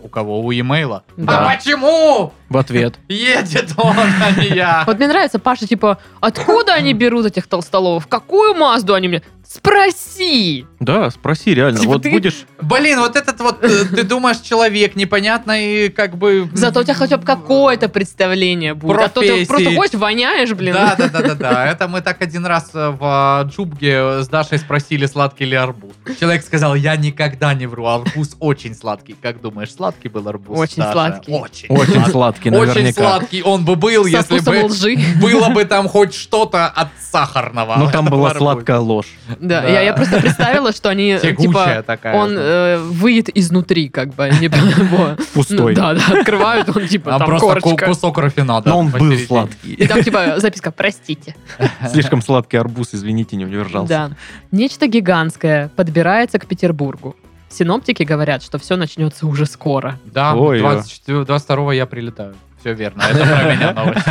Speaker 2: У кого? У e-mail?
Speaker 1: Да.
Speaker 2: А почему?
Speaker 3: В ответ.
Speaker 2: Едет он, а не я.
Speaker 1: Вот мне нравится, Паша, типа, откуда они берут этих толстоловов? Какую Мазду они мне? Спроси!
Speaker 3: Да, спроси реально.
Speaker 1: Типа
Speaker 3: Вот
Speaker 1: ты-
Speaker 3: будешь...
Speaker 2: Блин, вот этот вот, э, ты думаешь, человек непонятный, как бы...
Speaker 1: Зато у тебя хотя бы какое-то представление будет. А то ты
Speaker 2: Профессии.
Speaker 1: просто ходишь, воняешь, блин.
Speaker 2: Да, да, да, да, да. Это мы так один раз э, в э, Джубге с Дашей спросили, сладкий ли арбуз. Человек сказал, я никогда не вру, арбуз очень сладкий. Как думаешь, сладкий был арбуз?
Speaker 1: Очень
Speaker 2: Даша?
Speaker 1: сладкий.
Speaker 2: Очень.
Speaker 3: Очень сладкий,
Speaker 2: Очень
Speaker 3: наверняка.
Speaker 2: сладкий он бы был,
Speaker 1: Со
Speaker 2: если
Speaker 1: вкусом
Speaker 2: бы
Speaker 1: лжи.
Speaker 2: было бы там хоть что-то от сахарного.
Speaker 3: Но Ну, там
Speaker 2: Это
Speaker 3: была
Speaker 2: арбуз.
Speaker 3: сладкая ложь.
Speaker 1: Да,
Speaker 2: Да.
Speaker 1: я, я просто представила, что они,
Speaker 2: Тягучая
Speaker 1: типа,
Speaker 2: такая.
Speaker 1: он э, выйдет изнутри, как бы, не вот.
Speaker 3: Пустой.
Speaker 1: Ну, да, да, открывают, он типа
Speaker 2: а
Speaker 1: там
Speaker 2: просто ку-
Speaker 1: корочка.
Speaker 2: кусок рафинада.
Speaker 3: Но он был
Speaker 2: посередине.
Speaker 1: И
Speaker 3: сладкий.
Speaker 1: там типа записка «Простите».
Speaker 3: Слишком сладкий арбуз, извините, не удержался.
Speaker 1: Да. Нечто гигантское подбирается к Петербургу. Синоптики говорят, что все начнется уже скоро.
Speaker 2: Да,
Speaker 3: Ой,
Speaker 2: 24, 22 я прилетаю. Все верно, это про меня новость.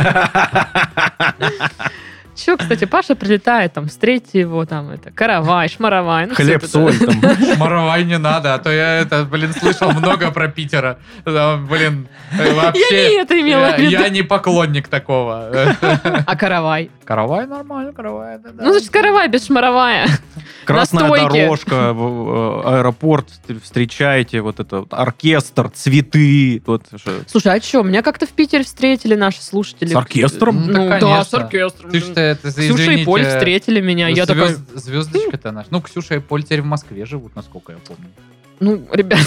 Speaker 1: Че, кстати, Паша прилетает, там, встретьте его, там, это, каравай, шмаравай. ну, всё
Speaker 3: Хлеб,
Speaker 1: это.
Speaker 3: соль там.
Speaker 2: Шмаровай не надо, а то я это, блин, слышал много про Питера. Да, Блин, э,
Speaker 1: Я не
Speaker 2: вообще...
Speaker 1: это имела
Speaker 2: Я
Speaker 1: в виду.
Speaker 2: я не поклонник такого.
Speaker 1: А каравай?
Speaker 2: Каравай нормально, каравай. да, да.
Speaker 1: Ну, значит, каравай без шмаравая.
Speaker 3: Красная
Speaker 1: стойке.
Speaker 3: дорожка, в- э, аэропорт, т- встречаете, вот это, вот, оркестр, цветы. Вот, что-
Speaker 1: Слушай, а че, меня как-то в Питере встретили наши слушатели.
Speaker 3: С оркестром?
Speaker 1: Ну, да,
Speaker 2: Да,
Speaker 1: с
Speaker 2: конечно.
Speaker 1: оркестром.
Speaker 2: Ты что, это,
Speaker 1: Ксюша и Поль встретили меня.
Speaker 2: Ну,
Speaker 1: Я такой,
Speaker 2: Звездочка-то наша. Ну, Ксюша и Поль теперь в Москве живут, насколько я помню.
Speaker 1: ну, ребят,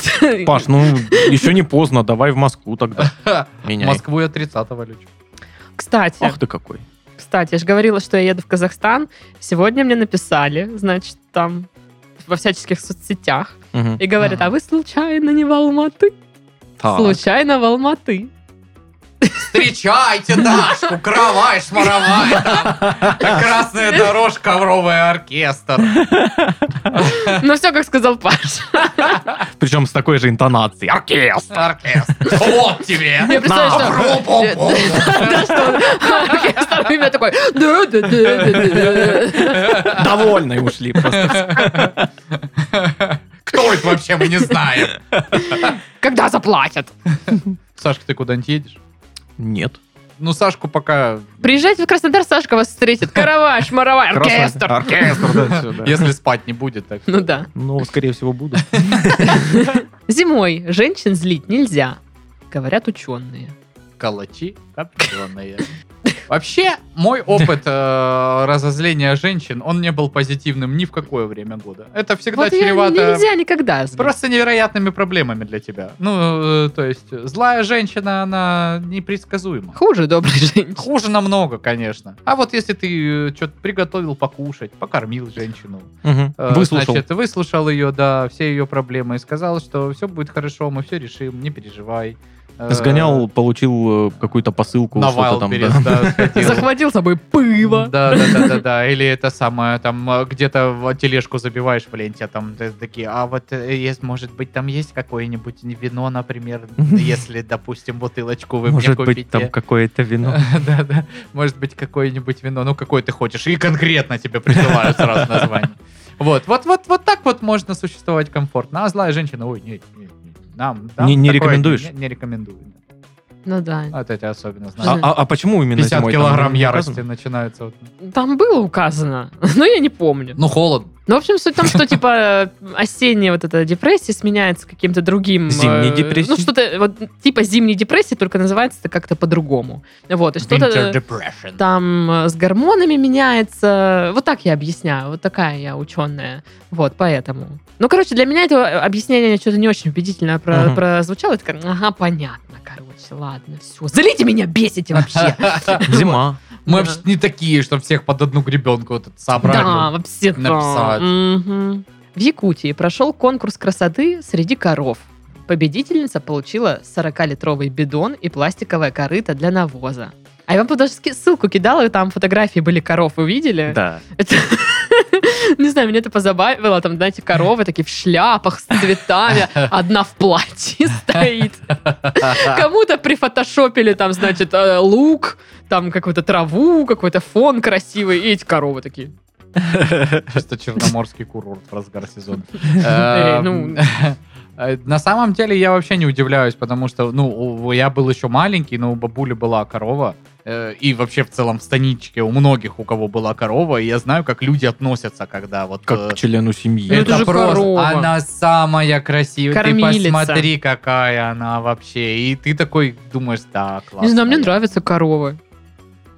Speaker 3: Паш, ну еще не поздно, давай в Москву тогда. Меняй.
Speaker 2: Москву я 30-го лечу.
Speaker 1: кстати,
Speaker 3: Ах ты какой.
Speaker 1: Кстати, я же говорила, что я еду в Казахстан. Сегодня мне написали, значит, там во всяческих соцсетях.
Speaker 3: Мгм.
Speaker 1: И говорят,
Speaker 2: Ага.
Speaker 1: а вы случайно не в Алматы?
Speaker 3: Так.
Speaker 1: Случайно в Алматы.
Speaker 2: Встречайте Дашку, кровай, шмаровай. там. Красная дорожка, ковровый оркестр.
Speaker 1: Ну все, как сказал Паша.
Speaker 3: Причем с такой же интонацией. Оркестр.
Speaker 2: Оркестр. Вот
Speaker 1: Я
Speaker 2: тебе.
Speaker 1: представляю,
Speaker 3: На.
Speaker 1: что...
Speaker 2: Ру-пу-пу.
Speaker 1: Да, что он- оркестр, и меня такой... «Да-да-да-да-да-да».
Speaker 3: Довольно и ушли просто.
Speaker 2: Кто это вообще, мы не знаем.
Speaker 1: Когда заплатят?
Speaker 2: Сашка, ты куда-нибудь едешь?
Speaker 3: Нет.
Speaker 2: Ну, Сашку пока...
Speaker 1: Приезжайте в Краснодар, Сашка вас встретит. Караваш, маравай, оркестр.
Speaker 3: Оркестр, да, всё, да.
Speaker 2: Если спать не будет, так.
Speaker 1: Ну да.
Speaker 3: Ну, скорее всего, буду.
Speaker 1: Зимой женщин злить нельзя, говорят ученые.
Speaker 2: Калачи копченые. Вообще, мой опыт э, разозления женщин, он не был позитивным ни в какое время года. Это всегда
Speaker 1: Вот я-
Speaker 2: чревато
Speaker 1: нельзя никогда. злить.
Speaker 2: просто невероятными проблемами для тебя. Ну, э, то есть, злая женщина, она непредсказуема.
Speaker 1: Хуже доброй женщины.
Speaker 2: Хуже намного, конечно. А вот если ты что-то приготовил покушать, покормил женщину,
Speaker 3: Мгм.
Speaker 2: э,
Speaker 3: Выслушал.
Speaker 2: значит, выслушал ее, да, все ее проблемы и сказал, что все будет хорошо, мы все решим, не переживай. Э,
Speaker 3: Сгонял, получил э, какую-то посылку,
Speaker 2: на
Speaker 3: что-то там.
Speaker 2: Wildberries,
Speaker 3: да.
Speaker 2: да, сходил.
Speaker 1: Захватил с собой пыво.
Speaker 2: Да, да, да, да, да. Или это самое, там э, где-то в тележку забиваешь в ленте, а там э, такие, а вот э, есть, может быть, там есть какое-нибудь вино, например, если, допустим, бутылочку вы мне
Speaker 3: Может быть, там
Speaker 2: купите. Э,
Speaker 3: ну. какое-то вино.
Speaker 2: Да, да. Может быть, какое-нибудь вино, ну, какое ты хочешь. И конкретно тебе присылают сразу название. Вот, вот, вот, вот так вот можно существовать комфортно. А злая женщина, ой, нет, нет, нет, нам, нам
Speaker 3: Не- не
Speaker 2: такое
Speaker 3: рекомендуешь?
Speaker 2: Не, не рекомендую.
Speaker 1: Ну да.
Speaker 2: Вот эти особенно знаю.
Speaker 3: А, а- а почему именно
Speaker 2: 50
Speaker 3: зимой? Там
Speaker 2: килограмм
Speaker 3: не
Speaker 2: ярости
Speaker 3: указано?
Speaker 2: начинается. вот.
Speaker 1: Там было указано, но я не помню.
Speaker 2: Ну, холодно.
Speaker 1: Ну, в общем, суть в том, что, типа, осенняя вот эта депрессия сменяется каким-то другим... э,
Speaker 3: Зимней депрессией?
Speaker 1: Ну, что-то, вот, типа зимней депрессии, только называется это как-то по-другому. Вот, и
Speaker 2: Winter
Speaker 1: что-то э,
Speaker 2: depression.
Speaker 1: там э, с гормонами меняется. Вот так я объясняю, вот такая я ученая. Вот, поэтому. Ну, короче, для меня это объяснение что-то не очень убедительно про-
Speaker 3: Мгм.
Speaker 1: прозвучало. Это как, ага, понятно, короче, ладно, все. Залейте меня, бесите вообще.
Speaker 3: Зима.
Speaker 1: Да.
Speaker 2: Мы вообще не такие, чтобы всех под одну гребенку вот это собрали.
Speaker 1: Да, вообще
Speaker 2: написать.
Speaker 1: В Якутии прошел конкурс красоты среди коров. Победительница получила 40-литровый бидон и пластиковое корыто для навоза. А я вам тут даже ски- ссылку кидала, и там фотографии были коров, вы видели?
Speaker 3: Да.
Speaker 1: Это- Не знаю, меня это позабавило. Там, знаете, коровы такие в шляпах с цветами, одна в платье стоит. Кому-то прифотошопили там, значит, э, лук, там какую-то траву, какой-то фон красивый, и эти коровы такие.
Speaker 2: Чисто черноморский курорт в разгар сезона. Эм,
Speaker 1: Эй, ну.
Speaker 2: Э, На самом деле я вообще не удивляюсь, потому что, ну, у- я был еще маленький, но у бабули была корова. э, И вообще в целом в станичке у многих, у кого была корова, и я знаю, как люди относятся, когда вот...
Speaker 3: Как
Speaker 2: э,
Speaker 3: к члену семьи.
Speaker 1: Ну, это же корова.
Speaker 2: Она самая красивая. Ты
Speaker 1: Кормилица.
Speaker 2: посмотри, какая она вообще. И ты такой думаешь, да, классно.
Speaker 1: Не знаю, мне нравятся коровы.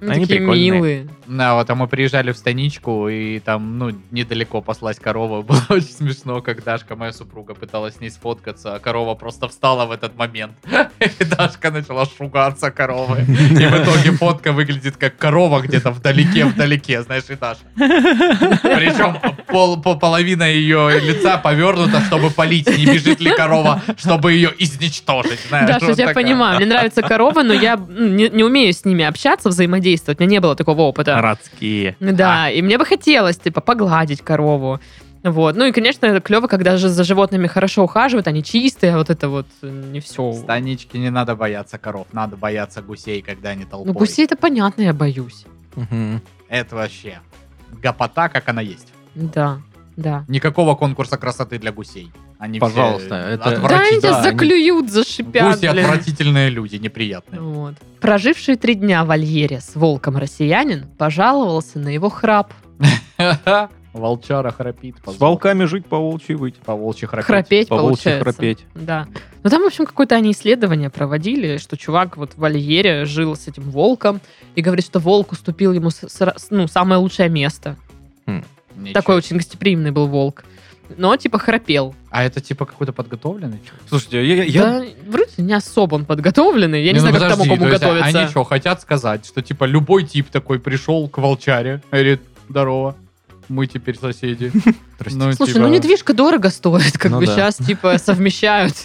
Speaker 1: Они,
Speaker 3: Они
Speaker 1: такие
Speaker 3: прикольные.
Speaker 1: милые.
Speaker 2: Да, вот, а мы приезжали в станичку, и там, ну, недалеко паслась корова. Было очень смешно, как Дашка, моя супруга, пыталась с ней сфоткаться, а корова просто встала в этот момент. И Дашка начала шугаться коровы. И в итоге фотка выглядит как корова где-то вдалеке, вдалеке, знаешь, и Даша. Причем пол, по- половина ее лица повернута, чтобы полить, не бежит ли корова, чтобы ее изничтожить, знаешь.
Speaker 1: Даша,
Speaker 2: вот
Speaker 1: я
Speaker 2: такая.
Speaker 1: понимаю, мне нравятся коровы, но я м, не, не умею с ними общаться, взаимодействовать. У меня не было такого опыта.
Speaker 3: Городские.
Speaker 1: Да, и мне бы хотелось, типа, погладить корову. Вот. Ну и, конечно, клево, когда же за животными хорошо ухаживают, они чистые, а вот это вот э, не все.
Speaker 2: В станичке не надо бояться коров, надо бояться гусей, когда они толпой.
Speaker 1: Ну, гусей это понятно, я боюсь.
Speaker 3: Мгм.
Speaker 2: Это вообще гопота, как она есть.
Speaker 1: Да, да.
Speaker 2: Никакого конкурса красоты для гусей. Они
Speaker 3: Пожалуйста,
Speaker 2: все
Speaker 3: это-
Speaker 1: Да,
Speaker 2: отвратительные.
Speaker 1: они тебя
Speaker 3: да, они-
Speaker 1: заклюют, зашипят.
Speaker 2: Гуси
Speaker 1: блин.
Speaker 2: отвратительные люди, неприятные.
Speaker 1: Вот. Проживший три дня в вольере с волком россиянин пожаловался на его храп.
Speaker 2: Волчара храпит.
Speaker 3: С волками жить, по волчьи выть.
Speaker 2: По волчьи храпит.
Speaker 1: Храпеть,
Speaker 3: По волчьи
Speaker 1: получается.
Speaker 3: храпеть.
Speaker 1: Да. Ну там, в общем, какое-то они исследование проводили, что чувак вот в вольере жил с этим волком и говорит, что волк уступил ему с- сра- с- ну, самое лучшее место.
Speaker 2: Ничего.
Speaker 1: Такой очень гостеприимный был волк. Но типа храпел.
Speaker 2: А это типа какой-то подготовленный? чё?
Speaker 3: Слушайте, я- я- я
Speaker 1: Да, вроде не особо он подготовленный. Я не,
Speaker 2: ну
Speaker 1: знаю, как к
Speaker 2: подожди,
Speaker 1: тому, кому
Speaker 2: то есть
Speaker 1: готовиться.
Speaker 2: Они что, хотят сказать, что типа любой тип такой пришел к волчаре, говорит, здорово, мы теперь соседи. Ну,
Speaker 1: Слушай,
Speaker 2: типа,
Speaker 1: ну недвижка дорого стоит, как
Speaker 3: Ну
Speaker 1: бы
Speaker 3: да.
Speaker 1: сейчас типа совмещают.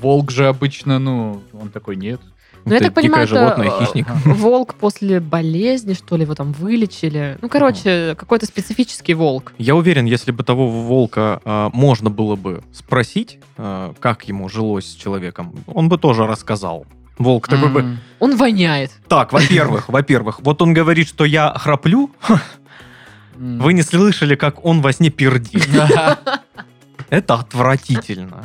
Speaker 2: Волк же обычно, ну, он такой, нет.
Speaker 1: Ну, я
Speaker 3: Это
Speaker 1: так понимаю,
Speaker 3: дикое животное,
Speaker 1: это, э,
Speaker 3: хищник.
Speaker 1: Волк после болезни, что ли, его там вылечили. Ну, короче, какой-то специфический волк.
Speaker 3: Я уверен, если бы того волка э, можно было бы спросить, э, как ему жилось с человеком, он бы тоже рассказал. Волк такой бы...
Speaker 2: М.
Speaker 1: Он воняет.
Speaker 3: Так, во-первых, во-первых, вот он говорит, что я храплю,
Speaker 2: М.
Speaker 3: вы не слышали, как он во сне пердит.
Speaker 2: Да.
Speaker 3: Это отвратительно.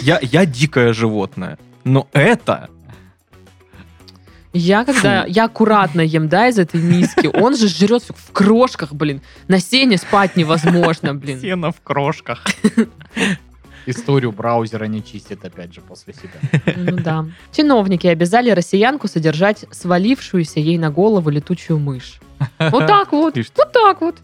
Speaker 3: Я, я дикое животное, но это...
Speaker 1: Я когда... Я аккуратно ем, да, из этой миски. Он же жрет всё в крошках, блин. На сене спать невозможно, блин.
Speaker 3: Сено в крошках.
Speaker 2: Историю браузера не чистит опять же после себя.
Speaker 1: Ну да. Чиновники обязали россиянку содержать свалившуюся ей на голову летучую мышь. Вот так вот.
Speaker 3: Ишь ты.
Speaker 1: Вот так вот.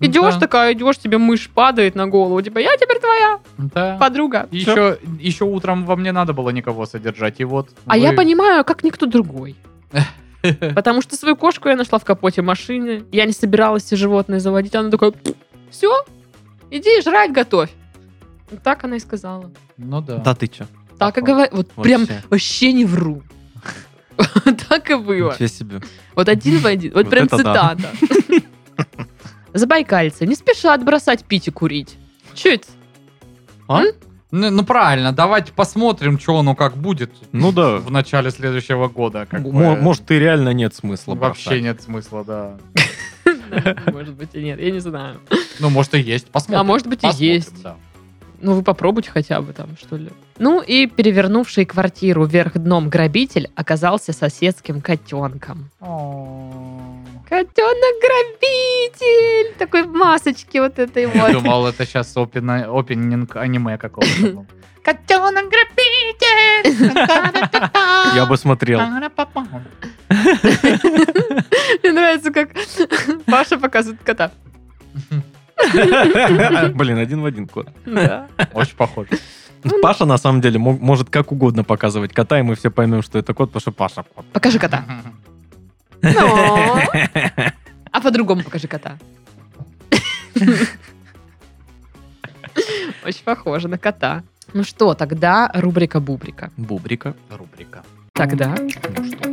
Speaker 2: Ну
Speaker 1: Идешь
Speaker 2: да.
Speaker 1: такая, идешь, тебе мышь падает на голову. Типа, я теперь твоя
Speaker 2: Да.
Speaker 1: подруга.
Speaker 2: Еще, еще утром во мне надо было никого содержать, и вот...
Speaker 1: А
Speaker 2: вы-
Speaker 1: я понимаю, как никто другой. Потому что свою кошку я нашла в капоте машины. Я не собиралась все животное заводить. Она такая, все, иди и жрать готовь. Вот так она и сказала.
Speaker 2: Ну да.
Speaker 3: Да ты че?
Speaker 1: Так и
Speaker 2: Охуеть.
Speaker 1: говорит. Вот прям вообще не вру. Так и было.
Speaker 3: Ничего себе.
Speaker 1: Вот один в один. Вот
Speaker 3: Вот
Speaker 1: прям
Speaker 3: это да.
Speaker 1: цитата. Забайкальцы не спешат бросать пить и курить. Чуть.
Speaker 2: Ну, ну, правильно, давайте посмотрим, что оно как будет
Speaker 3: Ну да.
Speaker 2: в начале следующего года. как бы.
Speaker 3: Мо- Может, и реально нет смысла
Speaker 2: Вообще
Speaker 3: бросать.
Speaker 2: нет смысла, да.
Speaker 1: Может быть и нет, я не знаю.
Speaker 2: Ну, может, и есть. Посмотрим.
Speaker 1: А может быть и
Speaker 2: Посмотрим,
Speaker 1: есть.
Speaker 2: да.
Speaker 1: Ну, вы попробуйте хотя бы там, что ли. Ну и перевернувший квартиру вверх дном грабитель оказался соседским котенком. Котенок-грабитель! Такой в масочке вот этой
Speaker 2: Я
Speaker 1: вот.
Speaker 2: думал, это сейчас опенинг аниме какого-то. ну. был.
Speaker 3: Я бы смотрел.
Speaker 1: Мне нравится, как Паша показывает кота.
Speaker 3: Блин, один в один кот.
Speaker 1: Да.
Speaker 2: Очень похоже.
Speaker 3: Паша на самом деле мог- может как угодно показывать кота, и мы все поймем, что это кот, потому что Паша кот.
Speaker 1: Покажи кота. Ну. А по-другому покажи кота. Очень похоже на кота. Ну что, тогда рубрика Бубрика.
Speaker 3: Бубрика.
Speaker 2: Рубрика.
Speaker 1: Тогда
Speaker 3: Ну что?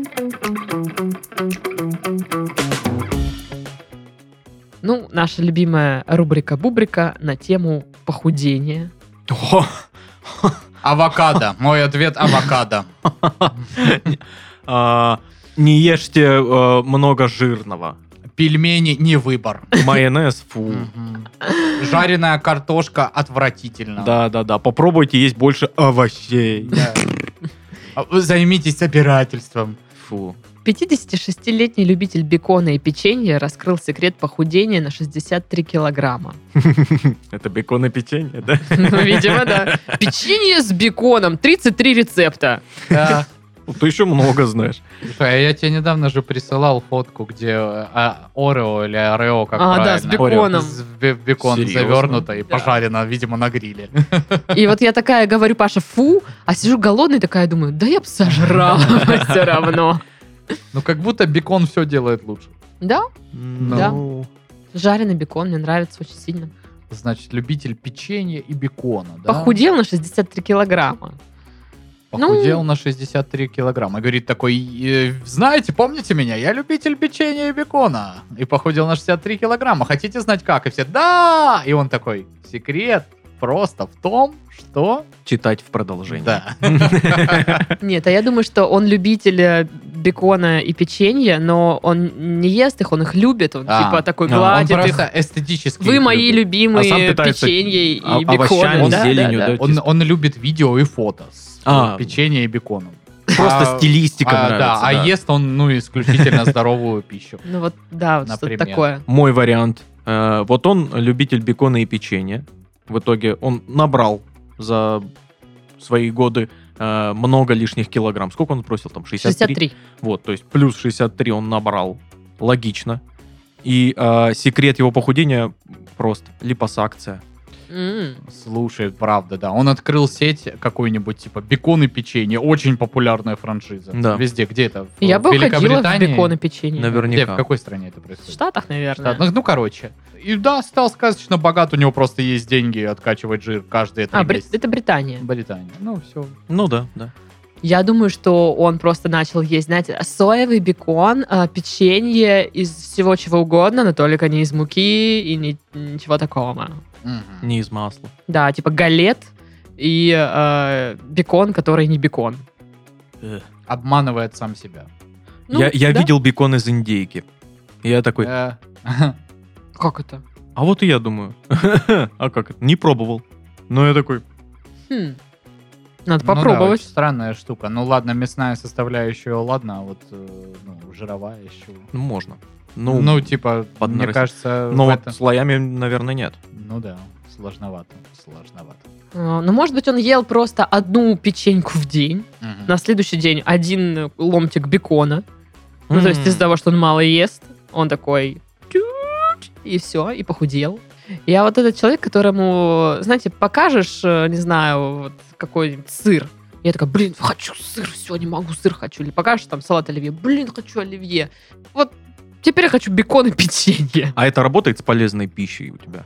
Speaker 1: Ну, наша любимая рубрика Бубрика на тему похудения.
Speaker 3: О,
Speaker 2: Авокадо. Мой ответ авокадо.
Speaker 3: а, Не ешьте э, много жирного.
Speaker 2: Пельмени не выбор.
Speaker 3: Майонез, фу.
Speaker 2: Мгм. Жареная картошка отвратительно.
Speaker 3: Да-да-да, попробуйте есть больше овощей.
Speaker 2: Да. А вы Займитесь собирательством.
Speaker 3: Фу.
Speaker 1: 56-летний любитель бекона и печенья раскрыл секрет похудения на 63 килограмма.
Speaker 3: Это бекон и печенье, да?
Speaker 1: Ну, видимо, да. Печенье с беконом. 33 рецепта.
Speaker 2: Да.
Speaker 3: Ну, Ты еще много знаешь.
Speaker 2: Слушай, а я тебе недавно же присылал фотку, где э, а, Орео или Орео, как
Speaker 1: А, да,
Speaker 2: правильно.
Speaker 1: с беконом.
Speaker 2: С бе- бекон
Speaker 3: Серьезно?
Speaker 2: завернуто и
Speaker 1: Да.
Speaker 2: пожарено, видимо, на гриле.
Speaker 1: И вот я такая говорю, Паша, фу, а сижу голодный такая, думаю, да я бы сожрала все равно.
Speaker 2: Ну, как будто бекон все делает лучше.
Speaker 1: Да,
Speaker 2: Да.
Speaker 1: жареный бекон мне нравится очень сильно.
Speaker 2: Значит, любитель печенья и бекона, да?
Speaker 1: Похудел на 63 килограмма.
Speaker 2: Похудел
Speaker 1: Ну,
Speaker 2: на 63 килограмма. И Говорит такой, «Э, знаете, помните меня, я любитель печенья и бекона. И похудел на 63 килограмма. Хотите знать как? И все, да! И он такой, секрет просто в том, что...
Speaker 3: Читать в продолжении.
Speaker 2: Да.
Speaker 1: Нет, а я думаю, что он любитель э, бекона и печенья, но он не ест их, он их любит, он
Speaker 2: А,
Speaker 1: типа такой
Speaker 3: а, он
Speaker 2: Он
Speaker 1: гладит их.
Speaker 2: просто эстетически.
Speaker 1: Вы
Speaker 2: их
Speaker 1: мои
Speaker 2: любит.
Speaker 3: А сам
Speaker 1: любимые
Speaker 3: питается
Speaker 1: печенье
Speaker 3: о-
Speaker 1: и бекон.
Speaker 3: овощами,
Speaker 1: Да,
Speaker 3: зеленью,
Speaker 1: да, да.
Speaker 3: да.
Speaker 2: Он, он любит видео и фото с
Speaker 3: А.
Speaker 2: печеньем и беконом.
Speaker 3: Просто
Speaker 2: А,
Speaker 3: стилистика
Speaker 2: а,
Speaker 3: нравится.
Speaker 2: да, а
Speaker 3: да.
Speaker 2: ест он, ну, исключительно здоровую пищу.
Speaker 1: Ну вот, да, вот что-то
Speaker 2: Например.
Speaker 1: такое.
Speaker 3: Мой вариант. Э, Вот он любитель бекона и печенья. В итоге он набрал за свои годы э, много лишних килограмм. Сколько он бросил там? 63?
Speaker 1: 63.
Speaker 3: Вот, то есть плюс 63 он набрал. Логично. И э, секрет его похудения просто липосакция.
Speaker 1: М.
Speaker 2: Слушай, правда, да. Он открыл сеть какую-нибудь, типа, бекон и печенье. Очень популярная франшиза.
Speaker 3: Да.
Speaker 2: Везде, где это? В
Speaker 1: Я бы уходила в
Speaker 2: Великобритании?
Speaker 1: бекон и печенье.
Speaker 2: Где, в
Speaker 3: Наверняка.
Speaker 2: какой стране это
Speaker 1: В
Speaker 2: происходит?
Speaker 1: Штатах, наверное.
Speaker 2: Ну, ну, короче. И да, стал сказочно богат, у него просто есть деньги откачивать жир каждые три
Speaker 1: а, Бри-
Speaker 2: месяца.
Speaker 1: это Британия.
Speaker 2: Британия. Ну, все.
Speaker 3: Ну да, да.
Speaker 1: Я думаю, что он просто начал есть, знаете, соевый бекон, а, печенье из всего чего угодно, но только не из муки и не- ничего такого.
Speaker 3: Не из масла.
Speaker 1: Да, типа галет и э, бекон, который не бекон.
Speaker 2: Обманывает сам себя.
Speaker 1: Ну,
Speaker 3: я я
Speaker 1: да.
Speaker 3: видел бекон из индейки. Я такой,
Speaker 2: Э,
Speaker 1: Как это?
Speaker 3: а вот и я думаю. А как это? Не пробовал. Но я такой,
Speaker 1: Хм. Надо
Speaker 2: ну да, очень
Speaker 1: попробовать.
Speaker 2: странная штука. Ну ладно, мясная составляющая, ладно, а вот э, ну, жировая еще.
Speaker 3: ну можно.
Speaker 2: Ну,
Speaker 3: Ну,
Speaker 2: типа, мне
Speaker 3: поднарастить.
Speaker 2: кажется,
Speaker 3: но
Speaker 2: в
Speaker 3: вот
Speaker 2: это-
Speaker 3: слоями, наверное, нет.
Speaker 2: Ну да, сложновато, сложновато.
Speaker 1: Э, Ну, может быть, он ел просто одну печеньку в день,
Speaker 2: Мгм.
Speaker 1: на следующий день один ломтик бекона, Ну, то есть
Speaker 3: М.
Speaker 1: из-за того, что он мало ест, он такой... «Тють», И все, и похудел. Я вот этот человек, которому, знаете, покажешь, э, не знаю, вот какой-нибудь сыр. Я такая, блин, хочу сыр, все, не могу, сыр хочу. Или покажешь там салат оливье, блин, хочу оливье. Вот теперь я хочу бекон и печенье.
Speaker 3: А это работает с полезной пищей у тебя?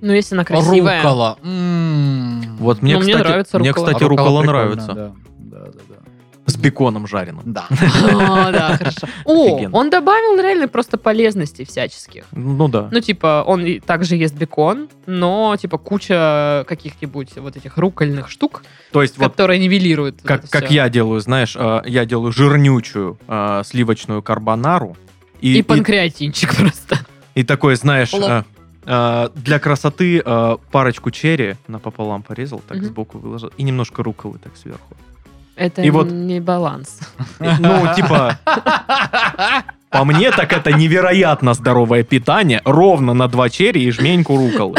Speaker 1: Ну, если она красивая.
Speaker 2: Руккола. М.
Speaker 3: Вот мне,
Speaker 1: Ну, мне
Speaker 3: кстати,
Speaker 1: нравится
Speaker 3: мне,
Speaker 1: руккола.
Speaker 3: кстати,
Speaker 2: А
Speaker 3: руккола
Speaker 2: прикольно,
Speaker 3: нравится.
Speaker 2: М-м. Да, да, да.
Speaker 3: С беконом жареным.
Speaker 2: Да.
Speaker 1: О, да, хорошо. О,
Speaker 3: Офигенно.
Speaker 1: он добавил реально просто полезностей всяческих.
Speaker 3: Ну да.
Speaker 1: Ну, типа, он и также ест бекон, но, типа, куча каких-нибудь вот этих рукольных штук,
Speaker 3: То есть вот
Speaker 1: которые нивелируют. вот
Speaker 3: как,
Speaker 1: это
Speaker 3: как
Speaker 1: всё.
Speaker 3: я делаю, знаешь, э, я делаю жирнючую э, сливочную карбонару.
Speaker 1: И,
Speaker 3: И, и,
Speaker 1: панкреатинчик просто.
Speaker 3: и такое, знаешь,
Speaker 2: Лоп.
Speaker 3: э, э, для красоты э, парочку черри напополам порезал, так
Speaker 1: Мгм.
Speaker 3: сбоку выложил, и немножко рукколы так сверху.
Speaker 1: Это
Speaker 3: И вот-
Speaker 1: не баланс.
Speaker 3: Ну, типа, по мне так это невероятно здоровое питание, ровно на два черри и жменьку рукколы.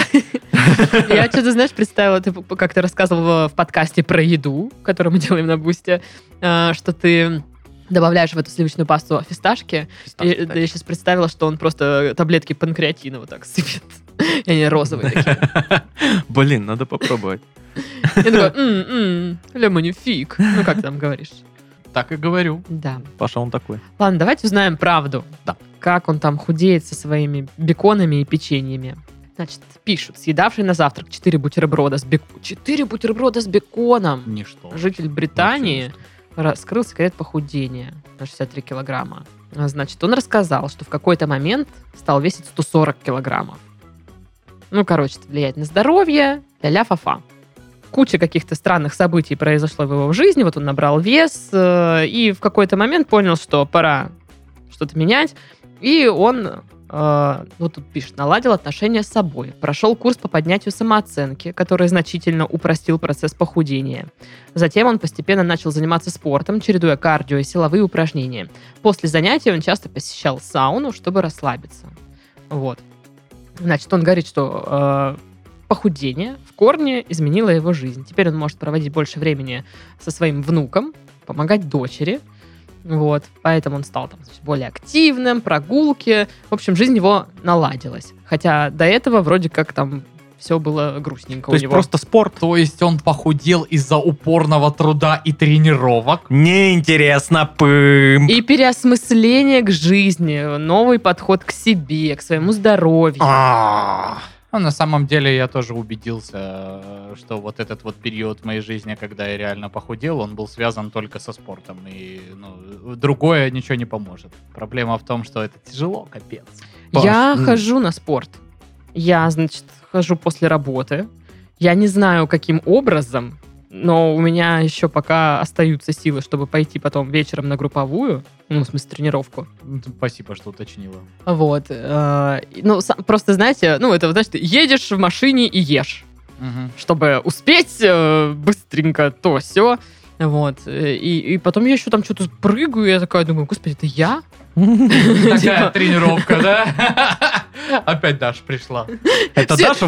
Speaker 1: Я что-то, знаешь, представила, ты как ты рассказывала в подкасте про еду, который мы делаем на Бусте, э, что ты добавляешь в эту сливочную пасту фисташки. И,
Speaker 2: э,
Speaker 1: да, я сейчас представила, что он просто таблетки панкреатина вот так сыпет. И они розовые такие.
Speaker 3: Блин, надо попробовать.
Speaker 1: Я такой, м-м, лемонифик. Ну, как ты там говоришь?
Speaker 2: Так и говорю.
Speaker 1: Да.
Speaker 3: Паша, он такой.
Speaker 1: Ладно, давайте узнаем правду.
Speaker 3: Да.
Speaker 1: Как он там худеет со своими беконами и печеньями. Значит, пишут, съедавший на завтрак 4 бутерброда с беконом. 4 бутерброда с беконом!
Speaker 2: Ничто.
Speaker 1: Житель Британии раскрыл секрет похудения на 63 килограмма. А, Значит, он рассказал, что в какой-то момент стал весить 140 килограммов. Ну, короче, это влияет на здоровье, ля-ля фа-фа. Куча каких-то странных событий произошло в его жизни, вот он набрал вес, э, и в какой-то момент понял, что пора что-то менять, и он, э, ну, тут пишет, наладил отношения с собой, прошел курс по поднятию самооценки, который значительно упростил процесс похудения. Затем он постепенно начал заниматься спортом, чередуя кардио и силовые упражнения. После занятий он часто посещал сауну, чтобы расслабиться. Вот. Значит, он говорит, что э, похудение в корне изменило его жизнь. Теперь он может проводить больше времени со своим внуком, помогать дочери. Вот, поэтому он стал там, значит, более активным, прогулки. В общем, жизнь его наладилась. Хотя до этого вроде как там все было грустненько
Speaker 3: То
Speaker 1: у
Speaker 3: есть
Speaker 1: него.
Speaker 3: просто спорт.
Speaker 2: То есть он похудел из-за упорного труда и тренировок?
Speaker 3: Неинтересно, пым.
Speaker 1: И переосмысление к жизни, новый подход к себе, к своему здоровью.
Speaker 3: А.
Speaker 2: Ну, на самом деле я тоже убедился, э, что вот этот вот период моей жизни, когда я реально похудел, он был связан только со спортом. И ну, другое ничего не поможет. Проблема в том, что это тяжело, капец.
Speaker 1: Я
Speaker 3: Паш, м.
Speaker 1: хожу на спорт. Я, значит, хожу после работы. Я не знаю, каким образом, но у меня еще пока остаются силы, чтобы пойти потом вечером на групповую, ну, в смысле, тренировку.
Speaker 2: Ну, Спасибо, что уточнила.
Speaker 1: Вот. э, Ну, сам- просто, знаете, ну, это, значит, едешь в машине и ешь.
Speaker 2: Мгм.
Speaker 1: чтобы успеть э, быстренько то все. Вот. э, И, и потом я еще там что-то прыгаю, я такая думаю, господи, это я?
Speaker 2: Такая
Speaker 1: Типа.
Speaker 2: тренировка, да? Ну, Опять Даша пришла.
Speaker 3: Это
Speaker 1: Все,
Speaker 3: Даша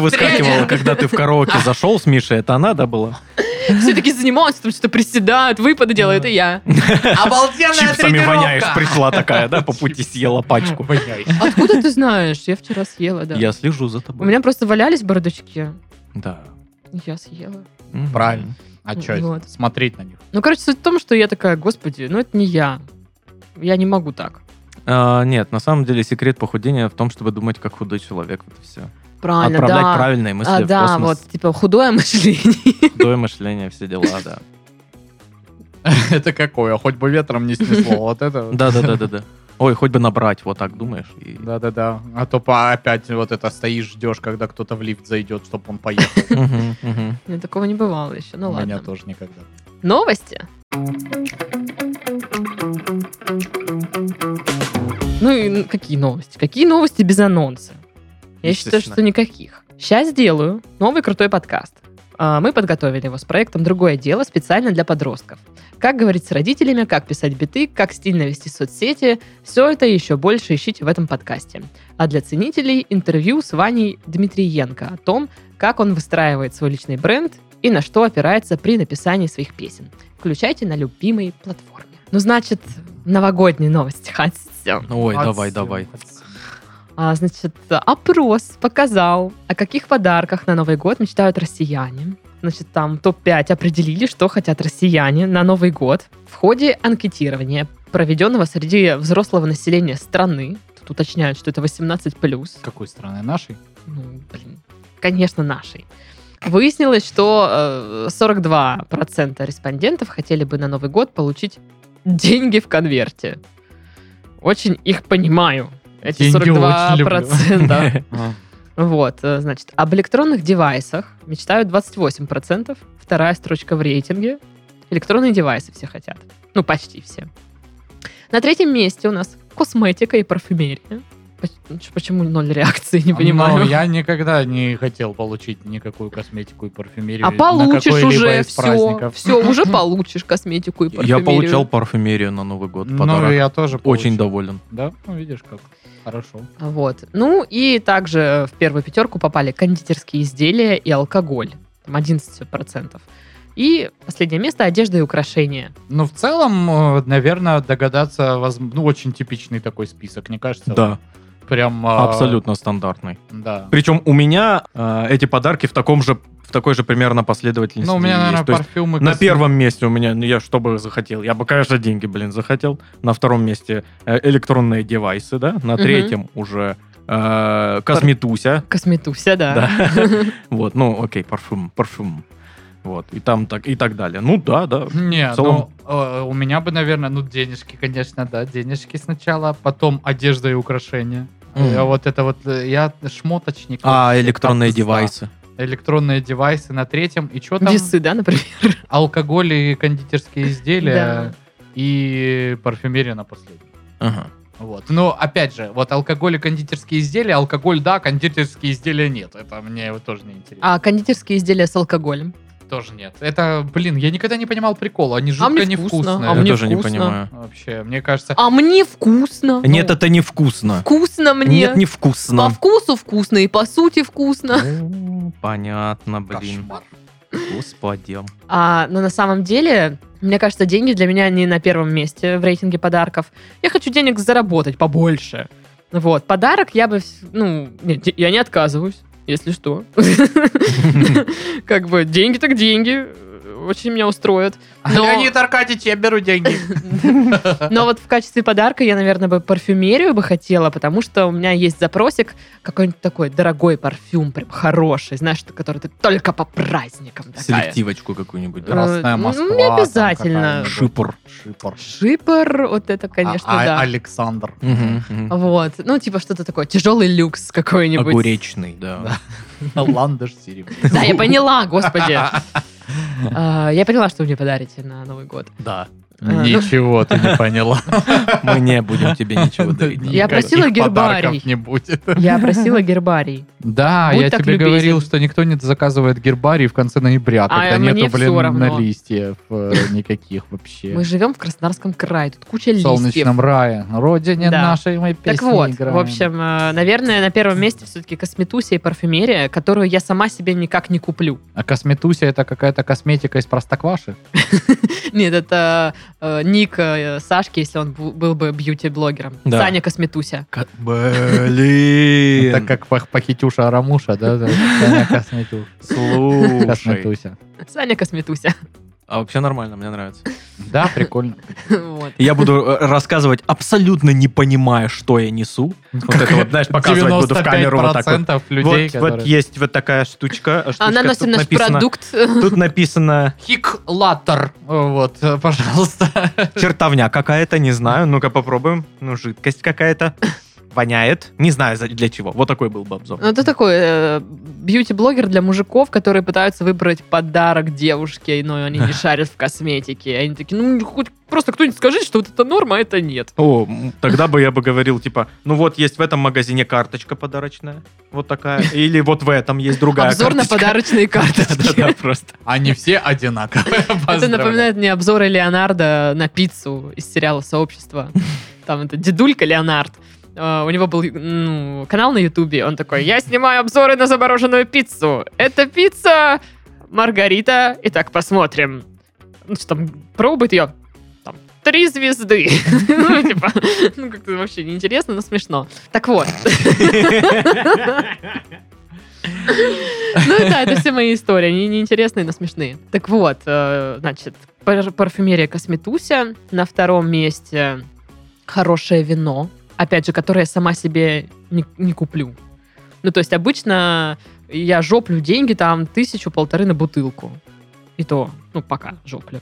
Speaker 1: третья.
Speaker 3: выскакивала, когда ты в караоке зашел с Мишей, это она, да, была?
Speaker 1: Все таки занимаются, там что-то приседают, выпады делают, это я.
Speaker 2: Обалденная
Speaker 3: Чипсами воняешь, пришла такая, да, по пути съела пачку.
Speaker 2: Воняешь.
Speaker 1: Откуда ты знаешь? Я вчера съела, да.
Speaker 3: Я слежу за
Speaker 1: У
Speaker 3: тобой.
Speaker 1: меня просто валялись бардачки.
Speaker 3: Да.
Speaker 1: Я съела.
Speaker 3: Мгм.
Speaker 2: Правильно. А что
Speaker 1: Вот.
Speaker 2: Смотреть на них.
Speaker 1: Ну, короче, суть в том, что я такая, господи, ну это не я. Я не могу так.
Speaker 3: А, Нет, на самом деле секрет похудения в том, чтобы думать, как худой человек. Вот и все.
Speaker 1: Правильно,
Speaker 3: Отправлять
Speaker 1: да.
Speaker 3: правильные мысли
Speaker 1: а,
Speaker 3: в
Speaker 1: да,
Speaker 3: космос.
Speaker 1: вот, типа, худое мышление.
Speaker 3: Худое мышление, все дела, да.
Speaker 2: Это какое? Хоть бы ветром не снесло. Вот это. вот.
Speaker 3: Да-да-да-да-да. Ой, хоть бы набрать, вот так думаешь. и-
Speaker 2: Да-да-да. А то по- опять вот это стоишь, ждешь, когда кто-то в лифт зайдет, чтобы он поехал.
Speaker 3: Мгм, мгм.
Speaker 1: У меня такого не бывало еще, ну
Speaker 2: У меня
Speaker 1: ладно.
Speaker 2: тоже никогда.
Speaker 1: Новости. Ну и ну, какие новости? Какие новости без анонса? Я считаю,
Speaker 3: Естественно.
Speaker 1: что никаких. Сейчас делаю новый крутой подкаст. А, Мы подготовили его с проектом «Другое дело» специально для подростков. Как говорить с родителями, как писать биты, как стильно вести соцсети – все это и еще больше ищите в этом подкасте. А для ценителей – интервью с Ваней Дмитриенко о том, как он выстраивает свой личный бренд и на что опирается при написании своих песен. Включайте на любимой платформе. Ну, значит, новогодние новости. Хотите?
Speaker 3: Ой,
Speaker 2: Отсюда,
Speaker 3: давай, давай.
Speaker 2: отсюда.
Speaker 1: А, значит, опрос показал, о каких подарках на Новый год мечтают россияне. Значит, там топ-5 определили, что хотят россияне на Новый год. В ходе анкетирования, проведенного среди взрослого населения страны, тут уточняют, что это 18+,
Speaker 2: Какой страны? Нашей?
Speaker 1: ну, блин, конечно, нашей. Выяснилось, что э, 42% респондентов хотели бы на Новый год получить деньги в конверте. Очень их понимаю. Эти 42%.
Speaker 2: Деньги очень люблю.
Speaker 3: А.
Speaker 1: Вот, э, значит, об электронных девайсах мечтают 28%. Вторая строчка в рейтинге. Электронные девайсы все хотят. Ну, почти все. На третьем месте у нас косметика и парфюмерия. Поч- Почему ноль реакции, не понимаю.
Speaker 2: Но А, ну, я никогда не хотел получить никакую косметику и парфюмерию.
Speaker 1: А
Speaker 2: на
Speaker 1: получишь
Speaker 2: какой-либо
Speaker 1: уже
Speaker 2: из
Speaker 1: все.
Speaker 2: праздников.
Speaker 1: Все, уже получишь косметику и парфюмерию.
Speaker 3: Я получал парфюмерию на Новый год. в
Speaker 2: Ну,
Speaker 3: подарок.
Speaker 2: я тоже
Speaker 3: Очень
Speaker 2: получил.
Speaker 3: доволен.
Speaker 2: Да? Ну, видишь, как. Хорошо.
Speaker 1: Вот. Ну и также в первую пятерку попали кондитерские изделия и алкоголь. Там 11%. И последнее место – одежда и украшения.
Speaker 2: Ну, в целом, наверное, догадаться, воз- ну, очень типичный такой список, не кажется?
Speaker 3: Да,
Speaker 2: Прям... а,
Speaker 3: абсолютно стандартный.
Speaker 2: Да.
Speaker 3: Причем у меня э, эти подарки в таком же, в такой же примерно последовательности.
Speaker 2: Ну, у меня,
Speaker 3: есть.
Speaker 2: наверное,
Speaker 3: То есть
Speaker 2: парфюмы...
Speaker 3: на
Speaker 2: косме-
Speaker 3: первом месте у меня, ну, я что бы захотел? Я бы, конечно, деньги, блин, захотел. На втором месте э, электронные девайсы, да? На
Speaker 1: Мгм.
Speaker 3: третьем уже э, косметуся.
Speaker 1: Косметуся, да.
Speaker 3: Да. Вот, ну, окей, парфюм, парфюм. Вот, и там так, и так далее. Ну, да, да.
Speaker 2: Не,
Speaker 3: В целом-
Speaker 2: ну, э, у меня бы, наверное, ну, денежки, конечно, да, денежки сначала, потом одежда и украшения.
Speaker 3: Мгм.
Speaker 2: Я вот это вот, э, я шмоточник.
Speaker 3: А
Speaker 2: вообще,
Speaker 3: электронные
Speaker 2: как пизда.
Speaker 3: девайсы?
Speaker 2: Электронные девайсы на третьем, и что там?
Speaker 1: Весы, да, например?
Speaker 2: Алкоголь и кондитерские изделия,
Speaker 1: Да.
Speaker 2: и парфюмерия на последнем.
Speaker 3: Ага.
Speaker 2: Вот. Но опять же, вот алкоголь и кондитерские изделия, алкоголь да, кондитерские изделия нет. Это мне вот тоже не интересно.
Speaker 1: А кондитерские изделия с алкоголем.
Speaker 2: Тоже нет. Это, блин, я никогда не понимал прикола. Они жутко
Speaker 1: мне вкусно,
Speaker 2: невкусные.
Speaker 1: А. а
Speaker 3: Я
Speaker 1: мне
Speaker 3: тоже не
Speaker 1: вкусно.
Speaker 3: понимаю.
Speaker 2: Вообще, мне кажется,
Speaker 1: А мне вкусно.
Speaker 3: Нет,
Speaker 1: Ну,
Speaker 3: это невкусно.
Speaker 1: вкусно мне.
Speaker 3: Нет,
Speaker 1: По
Speaker 3: невкусно.
Speaker 1: вкусу вкусно и по сути вкусно.
Speaker 3: О, Ну, Понятно, блин.
Speaker 2: кошмар.
Speaker 3: Господи.
Speaker 1: А, но на самом деле, мне кажется, деньги для меня не на первом месте в рейтинге подарков. Я хочу денег заработать побольше. Вот, подарок я бы, вс- ну, нет, де- я не отказываюсь, если что. Как бы деньги так деньги, э, очень меня устроят. Но-
Speaker 2: А
Speaker 1: Ну,
Speaker 2: Леонид Аркадьевич, я беру деньги.
Speaker 1: Но вот в качестве подарка я, наверное, бы парфюмерию бы хотела, потому что у меня есть запросик какой-нибудь такой дорогой парфюм, прям хороший, знаешь, который ты только по праздникам такая.
Speaker 3: Селективочку какую-нибудь. да?
Speaker 2: Красная
Speaker 1: Э, ну,
Speaker 2: Москва.
Speaker 1: не
Speaker 2: там
Speaker 1: обязательно.
Speaker 2: какая-нибудь.
Speaker 3: Шипр.
Speaker 2: Шипр.
Speaker 1: Шипр, вот это, конечно,
Speaker 2: А- а-
Speaker 1: да.
Speaker 2: Александр.
Speaker 3: Мгм, мгм.
Speaker 1: Вот, ну типа что-то такое, тяжелый люкс какой-нибудь.
Speaker 3: Огуречный, да.
Speaker 2: Ландыш серебряный.
Speaker 1: Да, я поняла, господи. А, Я поняла, что вы мне подарите на Новый год.
Speaker 3: Да.
Speaker 1: ну,
Speaker 2: Ничего ты не поняла.
Speaker 3: Мы не будем тебе ничего дарить.
Speaker 1: Я
Speaker 2: Никаких
Speaker 1: просила гербарий.
Speaker 2: подарков не будет.
Speaker 1: Я просила гербарий.
Speaker 2: Да,
Speaker 1: Будь
Speaker 2: я
Speaker 1: так
Speaker 2: тебе
Speaker 1: любезен. А,
Speaker 2: говорил, что никто не заказывает гербарий в конце ноября, когда
Speaker 1: мне
Speaker 2: нету,
Speaker 1: всё
Speaker 2: блин,
Speaker 1: равно.
Speaker 2: на листьев э, никаких
Speaker 1: Мы
Speaker 2: вообще.
Speaker 1: живем в Краснодарском крае, тут куча
Speaker 2: В
Speaker 1: листьев.
Speaker 2: солнечном рае, родине
Speaker 1: Да.
Speaker 2: нашей мы песни
Speaker 1: Так вот,
Speaker 2: играем.
Speaker 1: в общем, э, наверное, на первом месте все-таки косметусия и парфюмерия, которую я сама себе никак не куплю.
Speaker 2: А косметуся это какая-то косметика из простокваши?
Speaker 1: Нет, это э, ник э, Сашки, если он бу- был бы бьюти-блогером.
Speaker 3: Да.
Speaker 1: Саня Косметуся.
Speaker 3: Блин.
Speaker 2: Это как пах- пахитюша Арамуша, да? да, Саня Косметю-
Speaker 3: Слушай.
Speaker 2: Косметуся.
Speaker 1: Саня Косметуся.
Speaker 3: А вообще нормально, мне нравится.
Speaker 2: Да, прикольно.
Speaker 1: Вот.
Speaker 3: Я буду э, рассказывать, абсолютно не понимая, что я несу. Вот это вот, знаешь, показывать буду в камеру вот так вот.
Speaker 2: 95% людей,
Speaker 3: вот, вот
Speaker 2: которые...
Speaker 3: есть вот такая штучка. штучка,
Speaker 1: А
Speaker 3: тут
Speaker 1: наносим наш
Speaker 3: написано-
Speaker 1: продукт.
Speaker 3: Тут написано
Speaker 2: Хиклатор. Вот, э, пожалуйста.
Speaker 3: чертовня какая-то, не знаю. Ну-ка попробуем. Ну, жидкость какая-то. Воняет. Не знаю за- для чего. Вот такой был бы обзор.
Speaker 1: Ну, это такой э, бьюти-блогер для мужиков, которые пытаются выбрать подарок девушке, но они не шарят в косметике. И Они такие, ну, хоть просто кто-нибудь скажите, что вот это норма, а это нет.
Speaker 3: О, м, тогда бы я бы говорил, типа, ну вот есть в этом магазине карточка подарочная, вот такая, или вот в этом есть другая
Speaker 1: Обзор на
Speaker 3: карточка.
Speaker 1: подарочные карточки.
Speaker 3: Да-да-да, просто.
Speaker 2: Они все одинаковые.
Speaker 1: Это
Speaker 2: Поздравляю.
Speaker 1: напоминает мне обзоры Леонардо на пиццу из сериала «Сообщество». Там это дедулька Леонард. Э, У него был ну, канал на Ютубе. Он такой, я снимаю обзоры на замороженную пиццу. Это пицца Маргарита. Итак, посмотрим. Ну, что там, пробует ее. Там, три звезды. Ну, типа, ну, как-то вообще неинтересно, но смешно. Так вот. Ну да, это все мои истории. Они неинтересные, но смешные. Так вот, э, значит, пар- парфюмерия Косметуся. На втором месте хорошее вино. Опять же, которое я сама себе не, не куплю. Ну, то есть обычно я жоплю деньги там тысячу-полторы на бутылку. И то, ну, пока жоплю.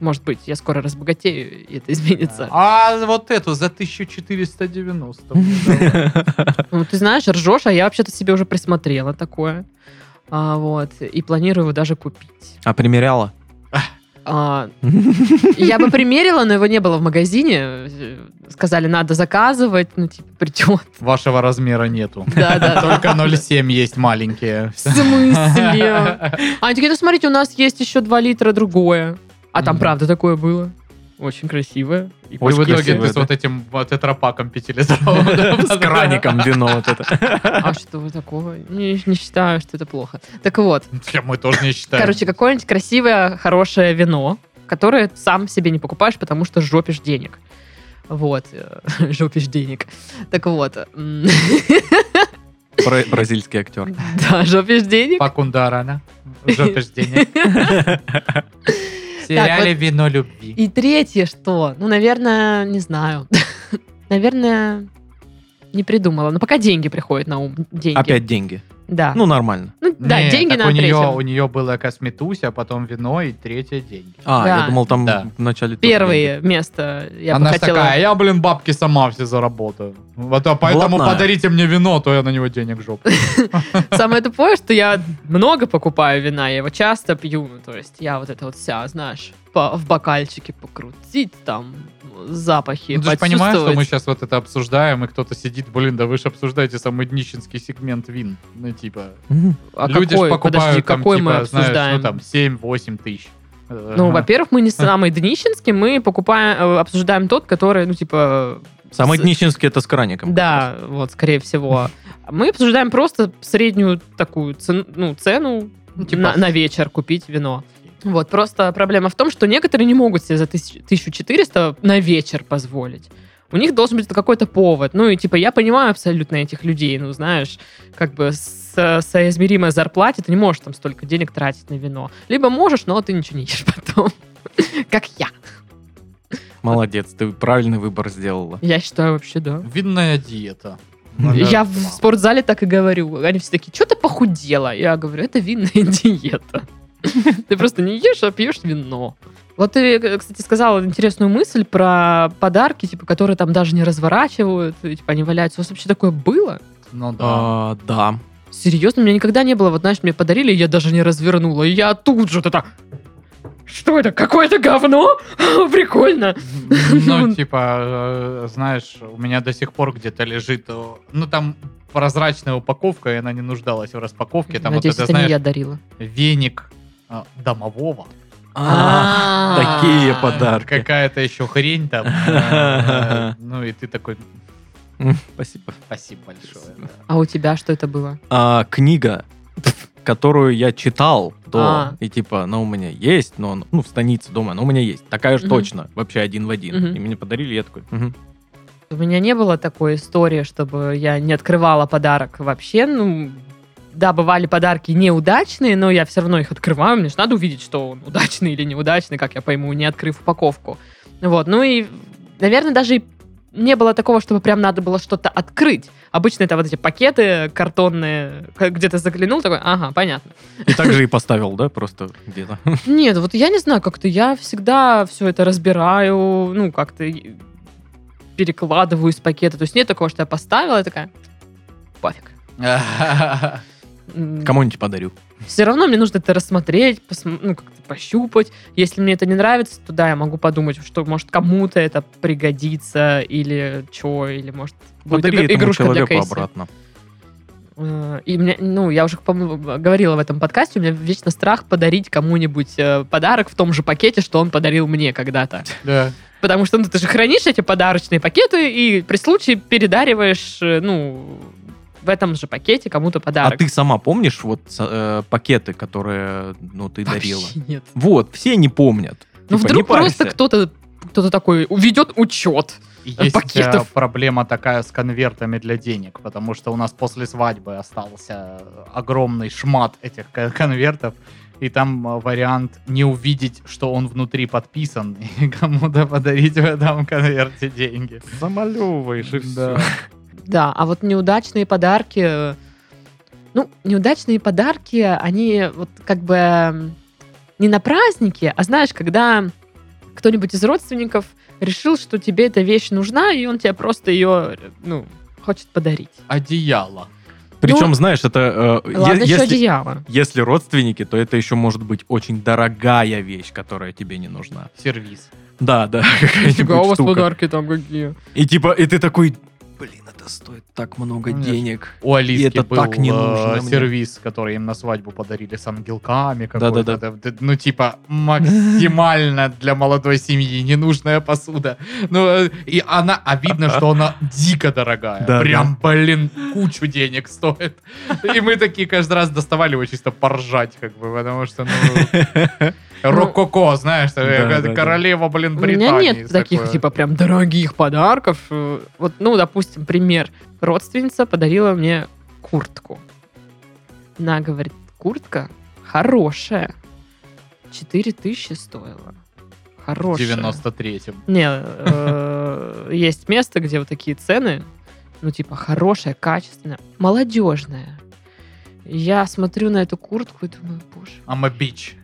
Speaker 1: Может быть, я скоро разбогатею, и это изменится.
Speaker 2: А вот эту за 1490.
Speaker 1: Ну, ты знаешь, ржешь, а я вообще-то себе уже присмотрела такое. А, вот. И планирую даже купить.
Speaker 3: А примеряла?
Speaker 1: А, я бы примерила, но его не было в магазине. Э, Сказали, надо заказывать, ну, типа, придет.
Speaker 2: Вашего размера нету.
Speaker 1: Да, да.
Speaker 2: Только 0,7 есть маленькие.
Speaker 1: В смысле? Они такие, ну, смотрите, у нас есть еще 2 литра другое. А там,
Speaker 2: Мгм.
Speaker 1: правда, такое было. Очень красивое. И
Speaker 2: И в
Speaker 3: Очень
Speaker 2: итоге
Speaker 3: красиво,
Speaker 2: ты с
Speaker 3: да.
Speaker 2: вот этим вот тетрапаком пятилитровым.
Speaker 3: С краником вино вот это.
Speaker 1: А что вы такого? Не, не считаю, что это плохо. Так вот,
Speaker 2: Тя, Мы тоже не считаем.
Speaker 1: короче, какое-нибудь красивое, хорошее вино, которое сам себе не покупаешь, потому что жопишь денег. Вот. э, Жопишь денег. Так вот. м,
Speaker 3: Бра- Бразильский актер.
Speaker 1: Да, жопишь денег.
Speaker 2: Пакундара, да? Жопишь денег. В
Speaker 1: Так,
Speaker 2: сериале «Вино любви».
Speaker 1: И третье что? Ну, наверное, не знаю. Наверное, не придумала. Но пока деньги приходят на ум. Деньги.
Speaker 3: Опять деньги.
Speaker 1: Да.
Speaker 3: Ну, нормально.
Speaker 1: Ну, да,
Speaker 2: Не,
Speaker 1: деньги
Speaker 2: так
Speaker 1: на
Speaker 2: у нее,
Speaker 1: третьем.
Speaker 2: у нее было косметуся, а потом вино и третье деньги.
Speaker 3: А,
Speaker 1: Да.
Speaker 3: я думал, там
Speaker 2: Да.
Speaker 3: в начале... тоже деньги.
Speaker 1: Первое место я бы
Speaker 2: Она ж
Speaker 1: хотела.
Speaker 2: такая, я, блин, бабки сама все заработаю. Вот, а поэтому
Speaker 3: Блатная.
Speaker 2: подарите мне вино, а то я на него денег жоп.
Speaker 1: Самое тупое, что я много покупаю вина, я его часто пью. Ну, То есть я вот это вот вся, знаешь, по- в бокальчике покрутить, там запахи
Speaker 2: Ну, ты же понимаешь, что мы
Speaker 1: почувствовать.
Speaker 2: сейчас вот это обсуждаем, и кто-то сидит, блин, да вы же обсуждаете самый днищенский сегмент вин. Ну, типа,
Speaker 3: Мгм.
Speaker 1: А
Speaker 2: люди
Speaker 1: какой,
Speaker 2: же покупают
Speaker 1: подожди,
Speaker 2: там,
Speaker 1: какой
Speaker 2: типа,
Speaker 1: мы
Speaker 2: знаешь,
Speaker 1: обсуждаем?
Speaker 2: ну, там, 7-8 тысяч.
Speaker 1: Ну,
Speaker 2: Ага.
Speaker 1: во-первых, мы не самый днищенский, мы покупаем, э, обсуждаем тот, который, ну, типа,
Speaker 3: Самый
Speaker 1: С-
Speaker 3: днищенский это с краником.
Speaker 1: да, вот, скорее всего. Мы обсуждаем просто среднюю такую цен- ну, цену
Speaker 2: Ну, типа,
Speaker 1: на, на вечер купить вино. Вот, просто проблема в том, что некоторые не могут себе за тысяч- 1400 на вечер позволить. У них должен быть какой-то повод. Ну и типа я понимаю абсолютно этих людей, ну знаешь, как бы со- соизмеримо зарплате ты не можешь там столько денег тратить на вино. Либо можешь, но ты ничего не ешь потом. Как я.
Speaker 3: Молодец, ты правильный выбор сделала.
Speaker 1: Я считаю вообще, да.
Speaker 2: Винная диета.
Speaker 1: Я в спортзале так и говорю. Они все такие, что ты похудела? Я говорю, это винная диета. Ты просто не ешь, а пьешь вино. Вот ты, э, кстати, сказала интересную мысль про подарки, типа, которые там даже не разворачивают, и, типа, они валяются. У вас вообще такое было?
Speaker 2: Ну да.
Speaker 3: А, Да.
Speaker 1: Серьезно, у меня никогда не было. Вот, знаешь, мне подарили, и я даже не развернула. И я тут же вот это... Что это? Какое-то говно? Прикольно.
Speaker 2: Ну, типа, э, знаешь, у меня до сих пор где-то лежит, э, ну, там прозрачная упаковка, и она не нуждалась в распаковке. Там вот
Speaker 1: Надеюсь,
Speaker 2: это,
Speaker 1: это не я
Speaker 2: знаешь,
Speaker 1: дарила.
Speaker 2: веник э, домового.
Speaker 3: А, такие подарки.
Speaker 2: Какая-то еще хрень там. э, э, Ну, и ты такой,
Speaker 3: Спасибо.
Speaker 2: спасибо большое. да».
Speaker 1: А у тебя что это было?
Speaker 3: А, книга, которую я читал до,
Speaker 1: А.
Speaker 3: и типа, она у меня есть, но, она- ну, в станице дома, она у меня есть. Такая же
Speaker 1: Мгм.
Speaker 3: точно, вообще один в один.
Speaker 1: Мгм.
Speaker 3: И мне подарили, я такой, «Мгм».
Speaker 1: У меня не было такой истории, чтобы я не открывала подарок вообще. Ну, да, бывали подарки неудачные, но я все равно их открываю. Мне же надо увидеть, что он удачный или неудачный, как я пойму, не открыв упаковку. Вот, ну и, наверное, даже и не было такого, чтобы прям надо было что-то открыть. Обычно это вот эти пакеты картонные, к- где то заглянул, такой, ага, понятно.
Speaker 3: И так же и поставил, да, просто где-то.
Speaker 1: Нет, вот я не знаю, как-то я всегда все это разбираю, ну, как-то и- перекладываю из пакета. То есть нет такого, что я поставила, и такая, пофиг.
Speaker 3: Кому-нибудь подарю.
Speaker 1: Все равно мне нужно это рассмотреть, посм- ну, как-то пощупать. Если мне это не нравится, то да, я могу подумать, что, может, кому-то это пригодится, или что, или, может, будет
Speaker 3: Подари
Speaker 1: игр-
Speaker 3: этому
Speaker 1: игрушка для
Speaker 3: человеку
Speaker 1: Кейси.
Speaker 3: обратно.
Speaker 1: Э, И мне, ну, я уже, по-моему, говорила в этом подкасте, у меня вечно страх подарить кому-нибудь э, подарок в том же пакете, что он подарил мне когда-то.
Speaker 2: Да.
Speaker 1: Потому что ну, ты же хранишь эти подарочные пакеты и при случае передариваешь, э, ну, в этом же пакете кому-то
Speaker 3: А
Speaker 1: подарок.
Speaker 3: ты сама помнишь вот э, пакеты, которые, ну, ты
Speaker 1: Вообще
Speaker 3: дарила?
Speaker 1: нет.
Speaker 3: Вот, все не помнят.
Speaker 1: Ну,
Speaker 3: Типа, не
Speaker 1: вдруг просто
Speaker 3: парься.
Speaker 1: кто-то кто-то такой ведет учет.
Speaker 2: Есть э,
Speaker 1: Пакетов.
Speaker 2: проблема такая с конвертами для денег, потому что у нас после свадьбы остался огромный шмат этих кон- конвертов, и там э, вариант не увидеть, что он внутри подписан, и кому-то подарить в этом конверте деньги.
Speaker 3: Замалевываешь
Speaker 2: Да.
Speaker 1: Да, а вот неудачные подарки... э, Ну, неудачные подарки, они вот как бы м, не на празднике, а знаешь, когда кто-нибудь из родственников решил, что тебе эта вещь нужна, и он тебе просто ее, э, ну, хочет подарить.
Speaker 2: Одеяло.
Speaker 3: Причем, знаешь, это... э, е-
Speaker 1: Ну, Ладно, еще
Speaker 3: если,
Speaker 1: одеяло.
Speaker 3: если родственники, то это еще может быть очень дорогая вещь, которая тебе не нужна.
Speaker 2: Сервис.
Speaker 3: Да, да,
Speaker 1: Нифига, Типа, «А у
Speaker 3: какая-нибудь
Speaker 1: вас
Speaker 3: типа штука.
Speaker 1: подарки там какие.
Speaker 3: И типа, и ты такой, блин, это стоит так много
Speaker 2: Конечно.
Speaker 3: денег.
Speaker 2: У Алиски
Speaker 3: это
Speaker 2: был
Speaker 3: так не
Speaker 2: э,
Speaker 3: нужно мне.
Speaker 2: сервис, который им на свадьбу подарили с ангелками. какой-то.
Speaker 3: Да-да-да.
Speaker 2: Это, Ну, типа, максимально для молодой семьи ненужная посуда. Ну, э, и она, а видно, что она дико дорогая.
Speaker 3: Да,
Speaker 2: Прям, блин, кучу денег стоит. И мы такие каждый раз доставали его чисто поржать, как бы, потому что, ну... Рококо, знаешь, э,
Speaker 3: Да-да-да.
Speaker 2: королева, блин,
Speaker 1: У
Speaker 2: Британии.
Speaker 1: меня нет таких,
Speaker 2: такое.
Speaker 1: типа, прям дорогих подарков. Э, Вот, ну, допустим, пример. Родственница подарила мне куртку. Она говорит, куртка хорошая. 4000 тысячи стоила.
Speaker 2: в
Speaker 1: Хорошая.
Speaker 2: 93-м.
Speaker 1: Не, э, есть место, где вот такие цены, ну, типа, хорошая, качественная, молодежная. Я смотрю на эту куртку и думаю, боже,
Speaker 2: I'm a bitch.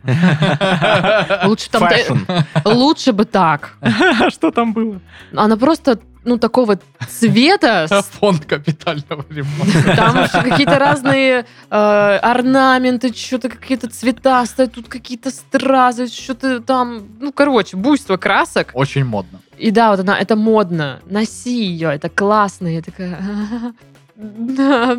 Speaker 1: лучше там...
Speaker 3: Fashion.
Speaker 1: Лучше бы так.
Speaker 3: А Что там было?
Speaker 1: Она просто, ну, такого цвета. с-
Speaker 2: Фонд капитального ремонта.
Speaker 1: Там еще какие-то разные э, орнаменты, что-то какие-то цвета стоят, тут какие-то стразы, что-то там, ну, короче, буйство красок.
Speaker 2: Очень модно.
Speaker 1: И да, вот она, это модно, носи ее, это классно. Я такая... «А, да».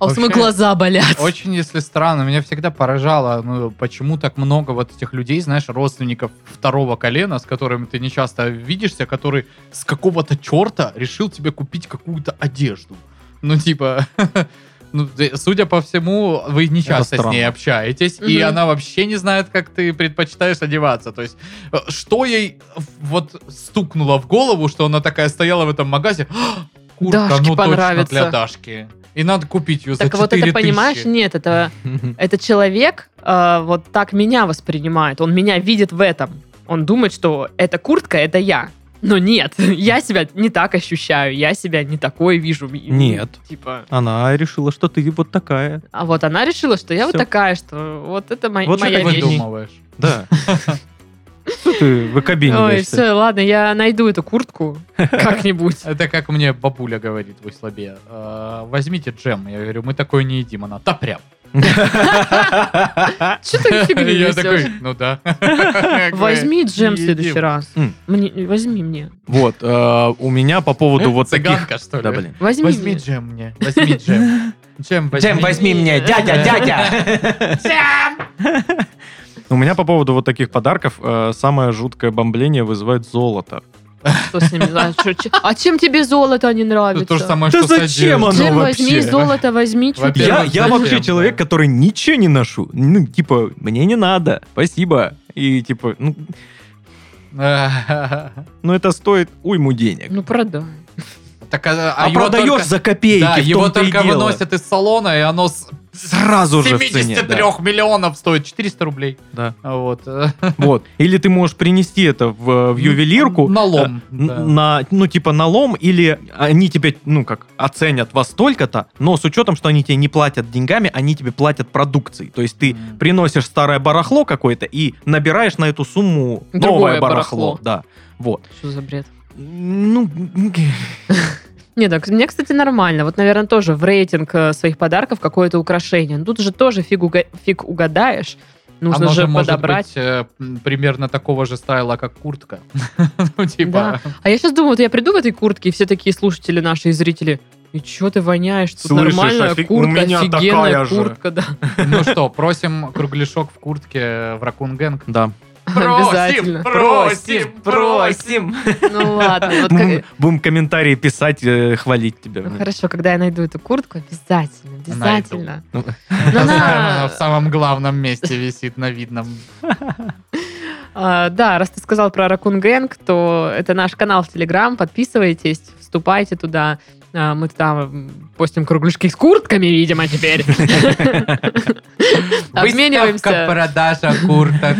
Speaker 1: А у самой
Speaker 2: Вообще,
Speaker 1: глаза болят.
Speaker 2: Очень, если странно, меня всегда поражало, ну, почему так много вот этих людей, знаешь, родственников второго колена, с которыми ты не часто видишься, который с какого-то черта решил тебе купить какую-то одежду. Ну, типа... Ну, ты- судя по всему, вы не
Speaker 3: Это
Speaker 2: часто с
Speaker 3: странно.
Speaker 2: ней общаетесь, и
Speaker 1: Мгм.
Speaker 2: она вообще не знает, как ты предпочитаешь одеваться. То есть, э, что ей э, вот стукнуло в голову, что она такая стояла в этом магазе, «А, куртка,
Speaker 1: Дашке
Speaker 2: ну точно
Speaker 1: понравится».
Speaker 2: для Дашки. И надо купить ее за
Speaker 1: Так вот это,
Speaker 2: 4000.
Speaker 1: понимаешь, нет, это... Это человек э, вот так меня воспринимает. Он меня видит в этом. Он думает, что эта куртка это я. Но нет, я себя не так ощущаю, я себя не такой вижу.
Speaker 3: Нет.
Speaker 1: Типа.
Speaker 3: Она решила, что ты вот такая.
Speaker 1: А вот она решила, что я вот
Speaker 3: Всё.
Speaker 1: такая, что вот это моя,
Speaker 3: Вот что
Speaker 1: моя
Speaker 3: ты
Speaker 1: вещь.
Speaker 3: выдумал.
Speaker 2: выдумываешь.
Speaker 3: Да. Что ты
Speaker 1: Ой,
Speaker 3: выкабиниваешься?
Speaker 1: все, ладно, я найду эту куртку как-нибудь.
Speaker 2: Это как А, мне бабуля говорит в слабе. Возьмите джем. Я говорю, мы такое не едим. Она, да прям.
Speaker 1: Что ты фигню
Speaker 2: Я
Speaker 1: несёшь?
Speaker 2: такой, ну да.
Speaker 1: Возьми джем в
Speaker 2: Едим.
Speaker 1: следующий раз.
Speaker 3: М.
Speaker 1: Мне- Возьми мне.
Speaker 3: Вот, э, у меня по поводу вот таких...
Speaker 2: Цыганка, что ли?
Speaker 3: Да, блин.
Speaker 1: Возьми,
Speaker 2: Возьми
Speaker 1: мне.
Speaker 2: джем мне. Возьми джем. Джем возьми.
Speaker 4: Джем, возьми мне, дядя, дядя.
Speaker 3: У меня по поводу вот таких подарков э, самое жуткое бомбление вызывает золото.
Speaker 1: Что с ними? А, чё- чё- а чем тебе золото не
Speaker 2: Это
Speaker 1: нравится?
Speaker 2: то же самое,
Speaker 3: Да
Speaker 2: что с
Speaker 3: зачем
Speaker 2: одеждой.
Speaker 3: оно?
Speaker 1: Джем
Speaker 3: Ну,
Speaker 1: возьми,
Speaker 3: вообще.
Speaker 1: золото возьми. чё ты?
Speaker 2: Во-первых,
Speaker 3: Я, я
Speaker 2: зачем,
Speaker 3: вообще
Speaker 2: да?
Speaker 3: человек, который ничего не ношу. Ну, типа, мне не надо, спасибо. И, типа, ну, ну это стоит уйму денег.
Speaker 1: Ну, продай.
Speaker 2: Так, а,
Speaker 3: А,
Speaker 2: его
Speaker 3: продаешь
Speaker 2: только-
Speaker 3: за копейки,
Speaker 2: Да,
Speaker 3: в
Speaker 2: его
Speaker 3: том-то и
Speaker 2: только
Speaker 3: дело.
Speaker 2: выносят из салона, и оно с
Speaker 3: Сразу же в цене,
Speaker 2: 73 миллионов стоит, 400 рублей.
Speaker 3: Да.
Speaker 2: Вот. э,
Speaker 3: Вот. Или ты можешь принести это в, в ювелирку. Э,
Speaker 2: На лом.
Speaker 3: Н-
Speaker 2: да.
Speaker 3: на, ну, типа, на лом, или они тебе, ну, как, оценят во столько-то, но с учетом, что они тебе не платят деньгами, они тебе платят продукцией. То есть ты
Speaker 2: М.
Speaker 3: приносишь старое барахло какое-то и набираешь на эту сумму новое
Speaker 1: Другое
Speaker 3: барахло.
Speaker 1: барахло.
Speaker 3: Да, вот.
Speaker 1: Что за бред?
Speaker 3: Ну,
Speaker 1: Не, так мне, кстати, нормально. Вот, наверное, тоже в рейтинг э, своих подарков какое-то украшение. Ну, Тут же тоже фиг, уга- фиг угадаешь.
Speaker 3: А
Speaker 1: Нужно
Speaker 2: Оно
Speaker 1: же
Speaker 2: может
Speaker 1: подобрать.
Speaker 2: быть, э, м, примерно такого же стайла, как куртка. Ну, типа...
Speaker 1: Да. А я сейчас думаю, вот я приду в этой куртке, и все такие слушатели наши и зрители, и чё ты воняешь? Тут
Speaker 3: Слышишь,
Speaker 1: нормальная
Speaker 3: офи- у
Speaker 1: куртка,
Speaker 3: меня такая
Speaker 1: офигенная
Speaker 3: же».
Speaker 1: куртка, да.
Speaker 2: Ну что, просим кругляшок в куртке в Ракун Гэнг.
Speaker 3: да.
Speaker 1: Обязательно.
Speaker 2: просим,
Speaker 4: Просим.
Speaker 1: Ну ладно. вот как-
Speaker 3: М, Будем комментарии писать, э, хвалить тебя.
Speaker 1: Ну хорошо, когда я найду эту куртку, обязательно, обязательно.
Speaker 3: Ну,
Speaker 1: Ну,
Speaker 2: Она
Speaker 1: она-
Speaker 2: она в самом главном месте висит на видном.
Speaker 1: А, да, раз ты сказал про Ракун Гэнг, то это наш канал в Телеграм, подписывайтесь, вступайте туда. А, Мы там м, постим кругляшки с куртками, видимо, теперь.
Speaker 2: Выставка
Speaker 1: Обмениваемся
Speaker 2: продажа курток.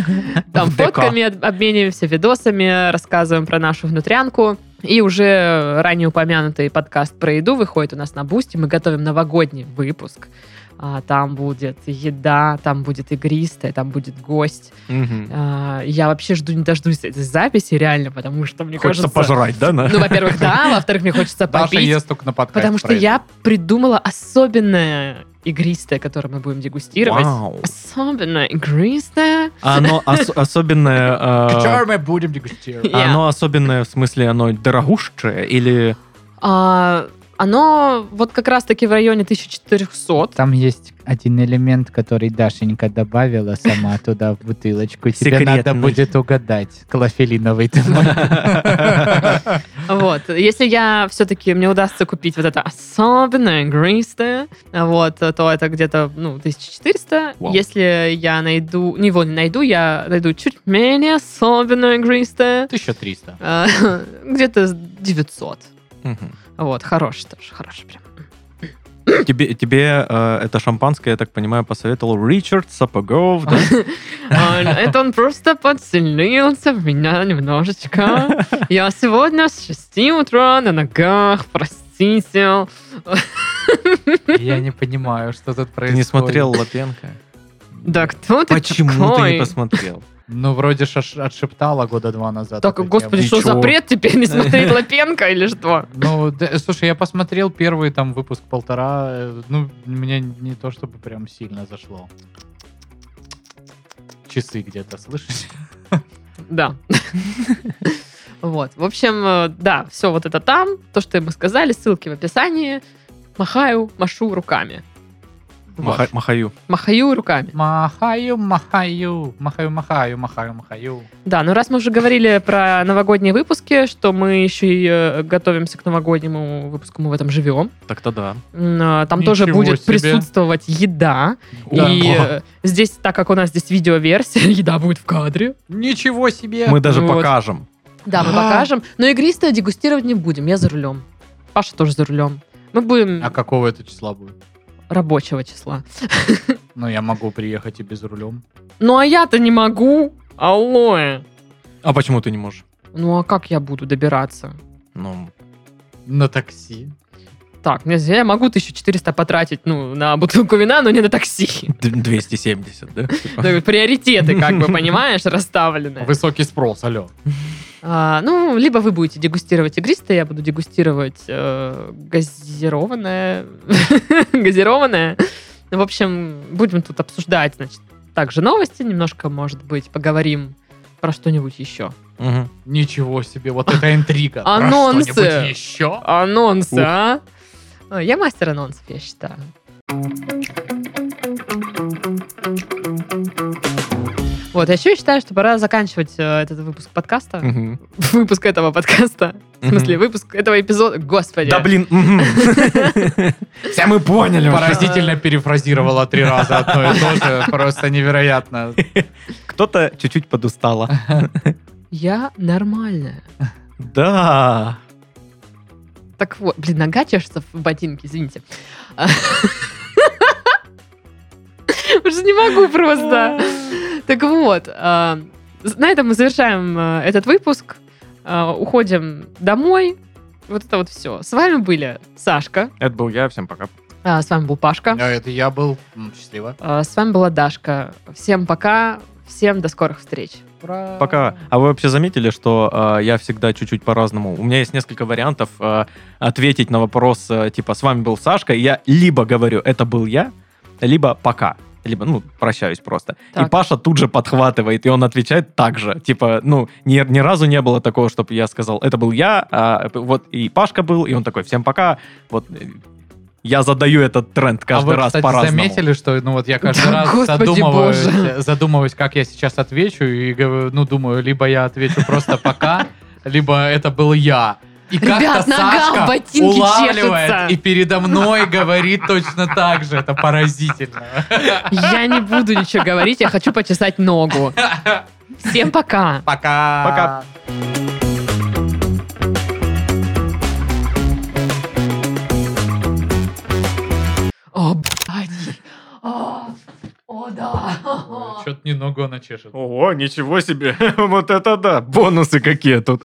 Speaker 1: там
Speaker 2: в ДК.
Speaker 1: фотками, об- обмениваемся видосами, рассказываем про нашу внутрянку. И уже ранее упомянутый подкаст про еду выходит у нас на Бусти. Мы готовим новогодний выпуск. А, Там будет еда, там будет игристая, там будет гость.
Speaker 3: Мгм.
Speaker 1: А, Я вообще жду, не дождусь этой записи, реально, потому что мне
Speaker 3: Хочется
Speaker 1: кажется...
Speaker 3: пожрать, да? на?
Speaker 1: Ну, во-первых, да, во-вторых, мне хочется
Speaker 2: Даша
Speaker 1: попить.
Speaker 2: ест только на подкасте.
Speaker 1: Потому что
Speaker 2: про это.
Speaker 1: я придумала особенное игристое, которое мы будем дегустировать.
Speaker 3: Вау.
Speaker 1: Особенно игристое.
Speaker 3: А Оно ос- особенное... э,
Speaker 2: Которое мы будем дегустировать.
Speaker 1: Я.
Speaker 3: А Оно особенное, в смысле, оно дорогущее или...
Speaker 1: А, Оно вот как раз-таки в районе 1400.
Speaker 5: Там есть один элемент, который Дашенька добавила сама туда в бутылочку. Тебе надо
Speaker 3: Секретный.
Speaker 5: будет угадать. Клофелиновый ты мой.
Speaker 1: Вот. Если я все-таки, мне удастся купить вот это особенное игристое, вот, то это где-то, ну, 1400.
Speaker 3: Вау.
Speaker 1: Если я найду, не его не найду, я найду чуть менее особенное игристое.
Speaker 2: 1300.
Speaker 1: А, Где-то с 900.
Speaker 3: Мгм.
Speaker 1: Вот, хороший тоже, хороший прям.
Speaker 3: Тебе, тебе э, это шампанское, я так понимаю, посоветовал Ричард Сапогов, да?
Speaker 1: А, Это он просто подселился в меня немножечко. Я сегодня с 6 утра на ногах, простите.
Speaker 2: Я не понимаю, что тут
Speaker 3: Ты
Speaker 2: происходит.
Speaker 3: не смотрел Лапенко?
Speaker 1: Да кто ты
Speaker 3: Почему ты
Speaker 1: такой?
Speaker 3: не посмотрел?
Speaker 2: Ну, вроде ж аж отшептала года два назад.
Speaker 1: Так,
Speaker 2: эту
Speaker 1: господи,
Speaker 2: тему.
Speaker 1: что
Speaker 3: Ничего.
Speaker 1: запрет теперь не смотреть Лапенко или что?
Speaker 2: Ну, да, слушай, я посмотрел первый там выпуск полтора. э, Ну, мне не то чтобы прям сильно зашло. Часы где-то, слышишь?
Speaker 1: Да. Вот, в общем, э, да, все вот это там, то, что мы сказали, ссылки в описании. Махаю, машу руками. Вот.
Speaker 3: Маха- Махаю.
Speaker 1: Махаю руками.
Speaker 2: Махаю, махаю, махаю, махаю, махаю, махаю.
Speaker 1: Да, ну раз мы уже говорили про новогодние выпуски, что мы еще и э, готовимся к новогоднему выпуску, мы в этом живем.
Speaker 3: Так-то да.
Speaker 1: М, э, Там
Speaker 2: Ничего
Speaker 1: тоже будет
Speaker 2: себе.
Speaker 1: присутствовать еда. И э, здесь, так как у нас здесь видеоверсия, еда будет в кадре.
Speaker 2: Ничего себе!
Speaker 3: Мы даже
Speaker 1: вот.
Speaker 3: покажем.
Speaker 1: Да, мы
Speaker 2: А.
Speaker 1: покажем. Но игристое дегустировать не будем. Я за рулем. Паша тоже за рулем. Мы будем
Speaker 2: А какого это числа будет?
Speaker 1: рабочего числа.
Speaker 2: Ну, я могу приехать и без рулем.
Speaker 1: Ну а я-то не могу. Алоэ.
Speaker 3: А почему ты не можешь?
Speaker 1: Ну а как я буду добираться?
Speaker 3: Ну,
Speaker 2: На такси.
Speaker 1: Так, нельзя, я могу 1400 потратить, ну, на бутылку вина, но не на такси.
Speaker 3: д- 270, да? типа?
Speaker 1: Так, Приоритеты, как бы, понимаешь, расставлены.
Speaker 2: Высокий спрос, алло.
Speaker 1: А, ну, либо вы будете дегустировать игристое, я буду дегустировать э, газированное. Газированное. Ну, в общем, будем тут обсуждать, значит, также новости, немножко, может быть, поговорим про что-нибудь еще.
Speaker 3: Мгм.
Speaker 2: Ничего себе, вот это интрига. Про
Speaker 1: Анонсы.
Speaker 2: что-нибудь еще?
Speaker 1: Анонсы, а? Ой, Я мастер анонсов, я считаю. Вот, а еще я считаю, что пора заканчивать э, этот выпуск подкаста.
Speaker 3: Мгм.
Speaker 1: Выпуск этого подкаста. В смысле, выпуск этого эпизода. Господи.
Speaker 3: Да блин. мгм. Все мы поняли. уже.
Speaker 2: Поразительно перефразировала три раза одно и то же. Просто невероятно.
Speaker 3: Кто-то чуть-чуть подустала.
Speaker 1: Я нормальная.
Speaker 3: Да.
Speaker 1: Так вот, блин, нога чешется в ботинке, извините. А. Уже не могу просто. Так вот, а, на этом мы завершаем а, этот выпуск. А, Уходим домой. Вот это вот все. С вами были Сашка,
Speaker 3: Это был я. Всем пока.
Speaker 1: а, с вами был Пашка,
Speaker 2: А это я был. М, Счастливо.
Speaker 1: а, с вами была Дашка. Всем пока, всем до скорых встреч.
Speaker 2: Ура.
Speaker 3: Пока. А вы вообще заметили, что э, я всегда чуть-чуть по-разному? У меня есть несколько вариантов э, ответить на вопрос, э, типа, с вами был Сашка, и я либо говорю, это был я, либо пока. Либо, ну, прощаюсь просто. И
Speaker 1: Так.
Speaker 3: Паша тут же подхватывает, и он отвечает так же. Типа, ну, ни, ни разу не было такого, чтобы я сказал, это был я, а, э, вот и Пашка был, и он такой, всем пока. Вот э, я задаю этот тренд
Speaker 2: А
Speaker 3: каждый
Speaker 2: вы,
Speaker 3: раз
Speaker 2: кстати,
Speaker 3: по-разному.
Speaker 2: заметили, что ну вот я каждый
Speaker 1: Да,
Speaker 2: раз
Speaker 1: господи боже.
Speaker 2: задумываюсь, задумываюсь, как я сейчас отвечу, и говорю, ну думаю, либо я отвечу просто пока, либо это был я. И
Speaker 1: Ребят,
Speaker 2: как-то
Speaker 1: нога в
Speaker 2: Сашка
Speaker 1: ботинке чешется.
Speaker 2: улавливает и передо мной говорит точно так же. Это поразительно.
Speaker 1: Я не буду ничего говорить, я хочу почесать ногу. Всем пока.
Speaker 2: Пока.
Speaker 3: Пока.
Speaker 1: О, блядь. О, о, да.
Speaker 2: Что-то не ногу она чешет.
Speaker 3: Ого, ничего себе. Вот это да. Бонусы какие тут.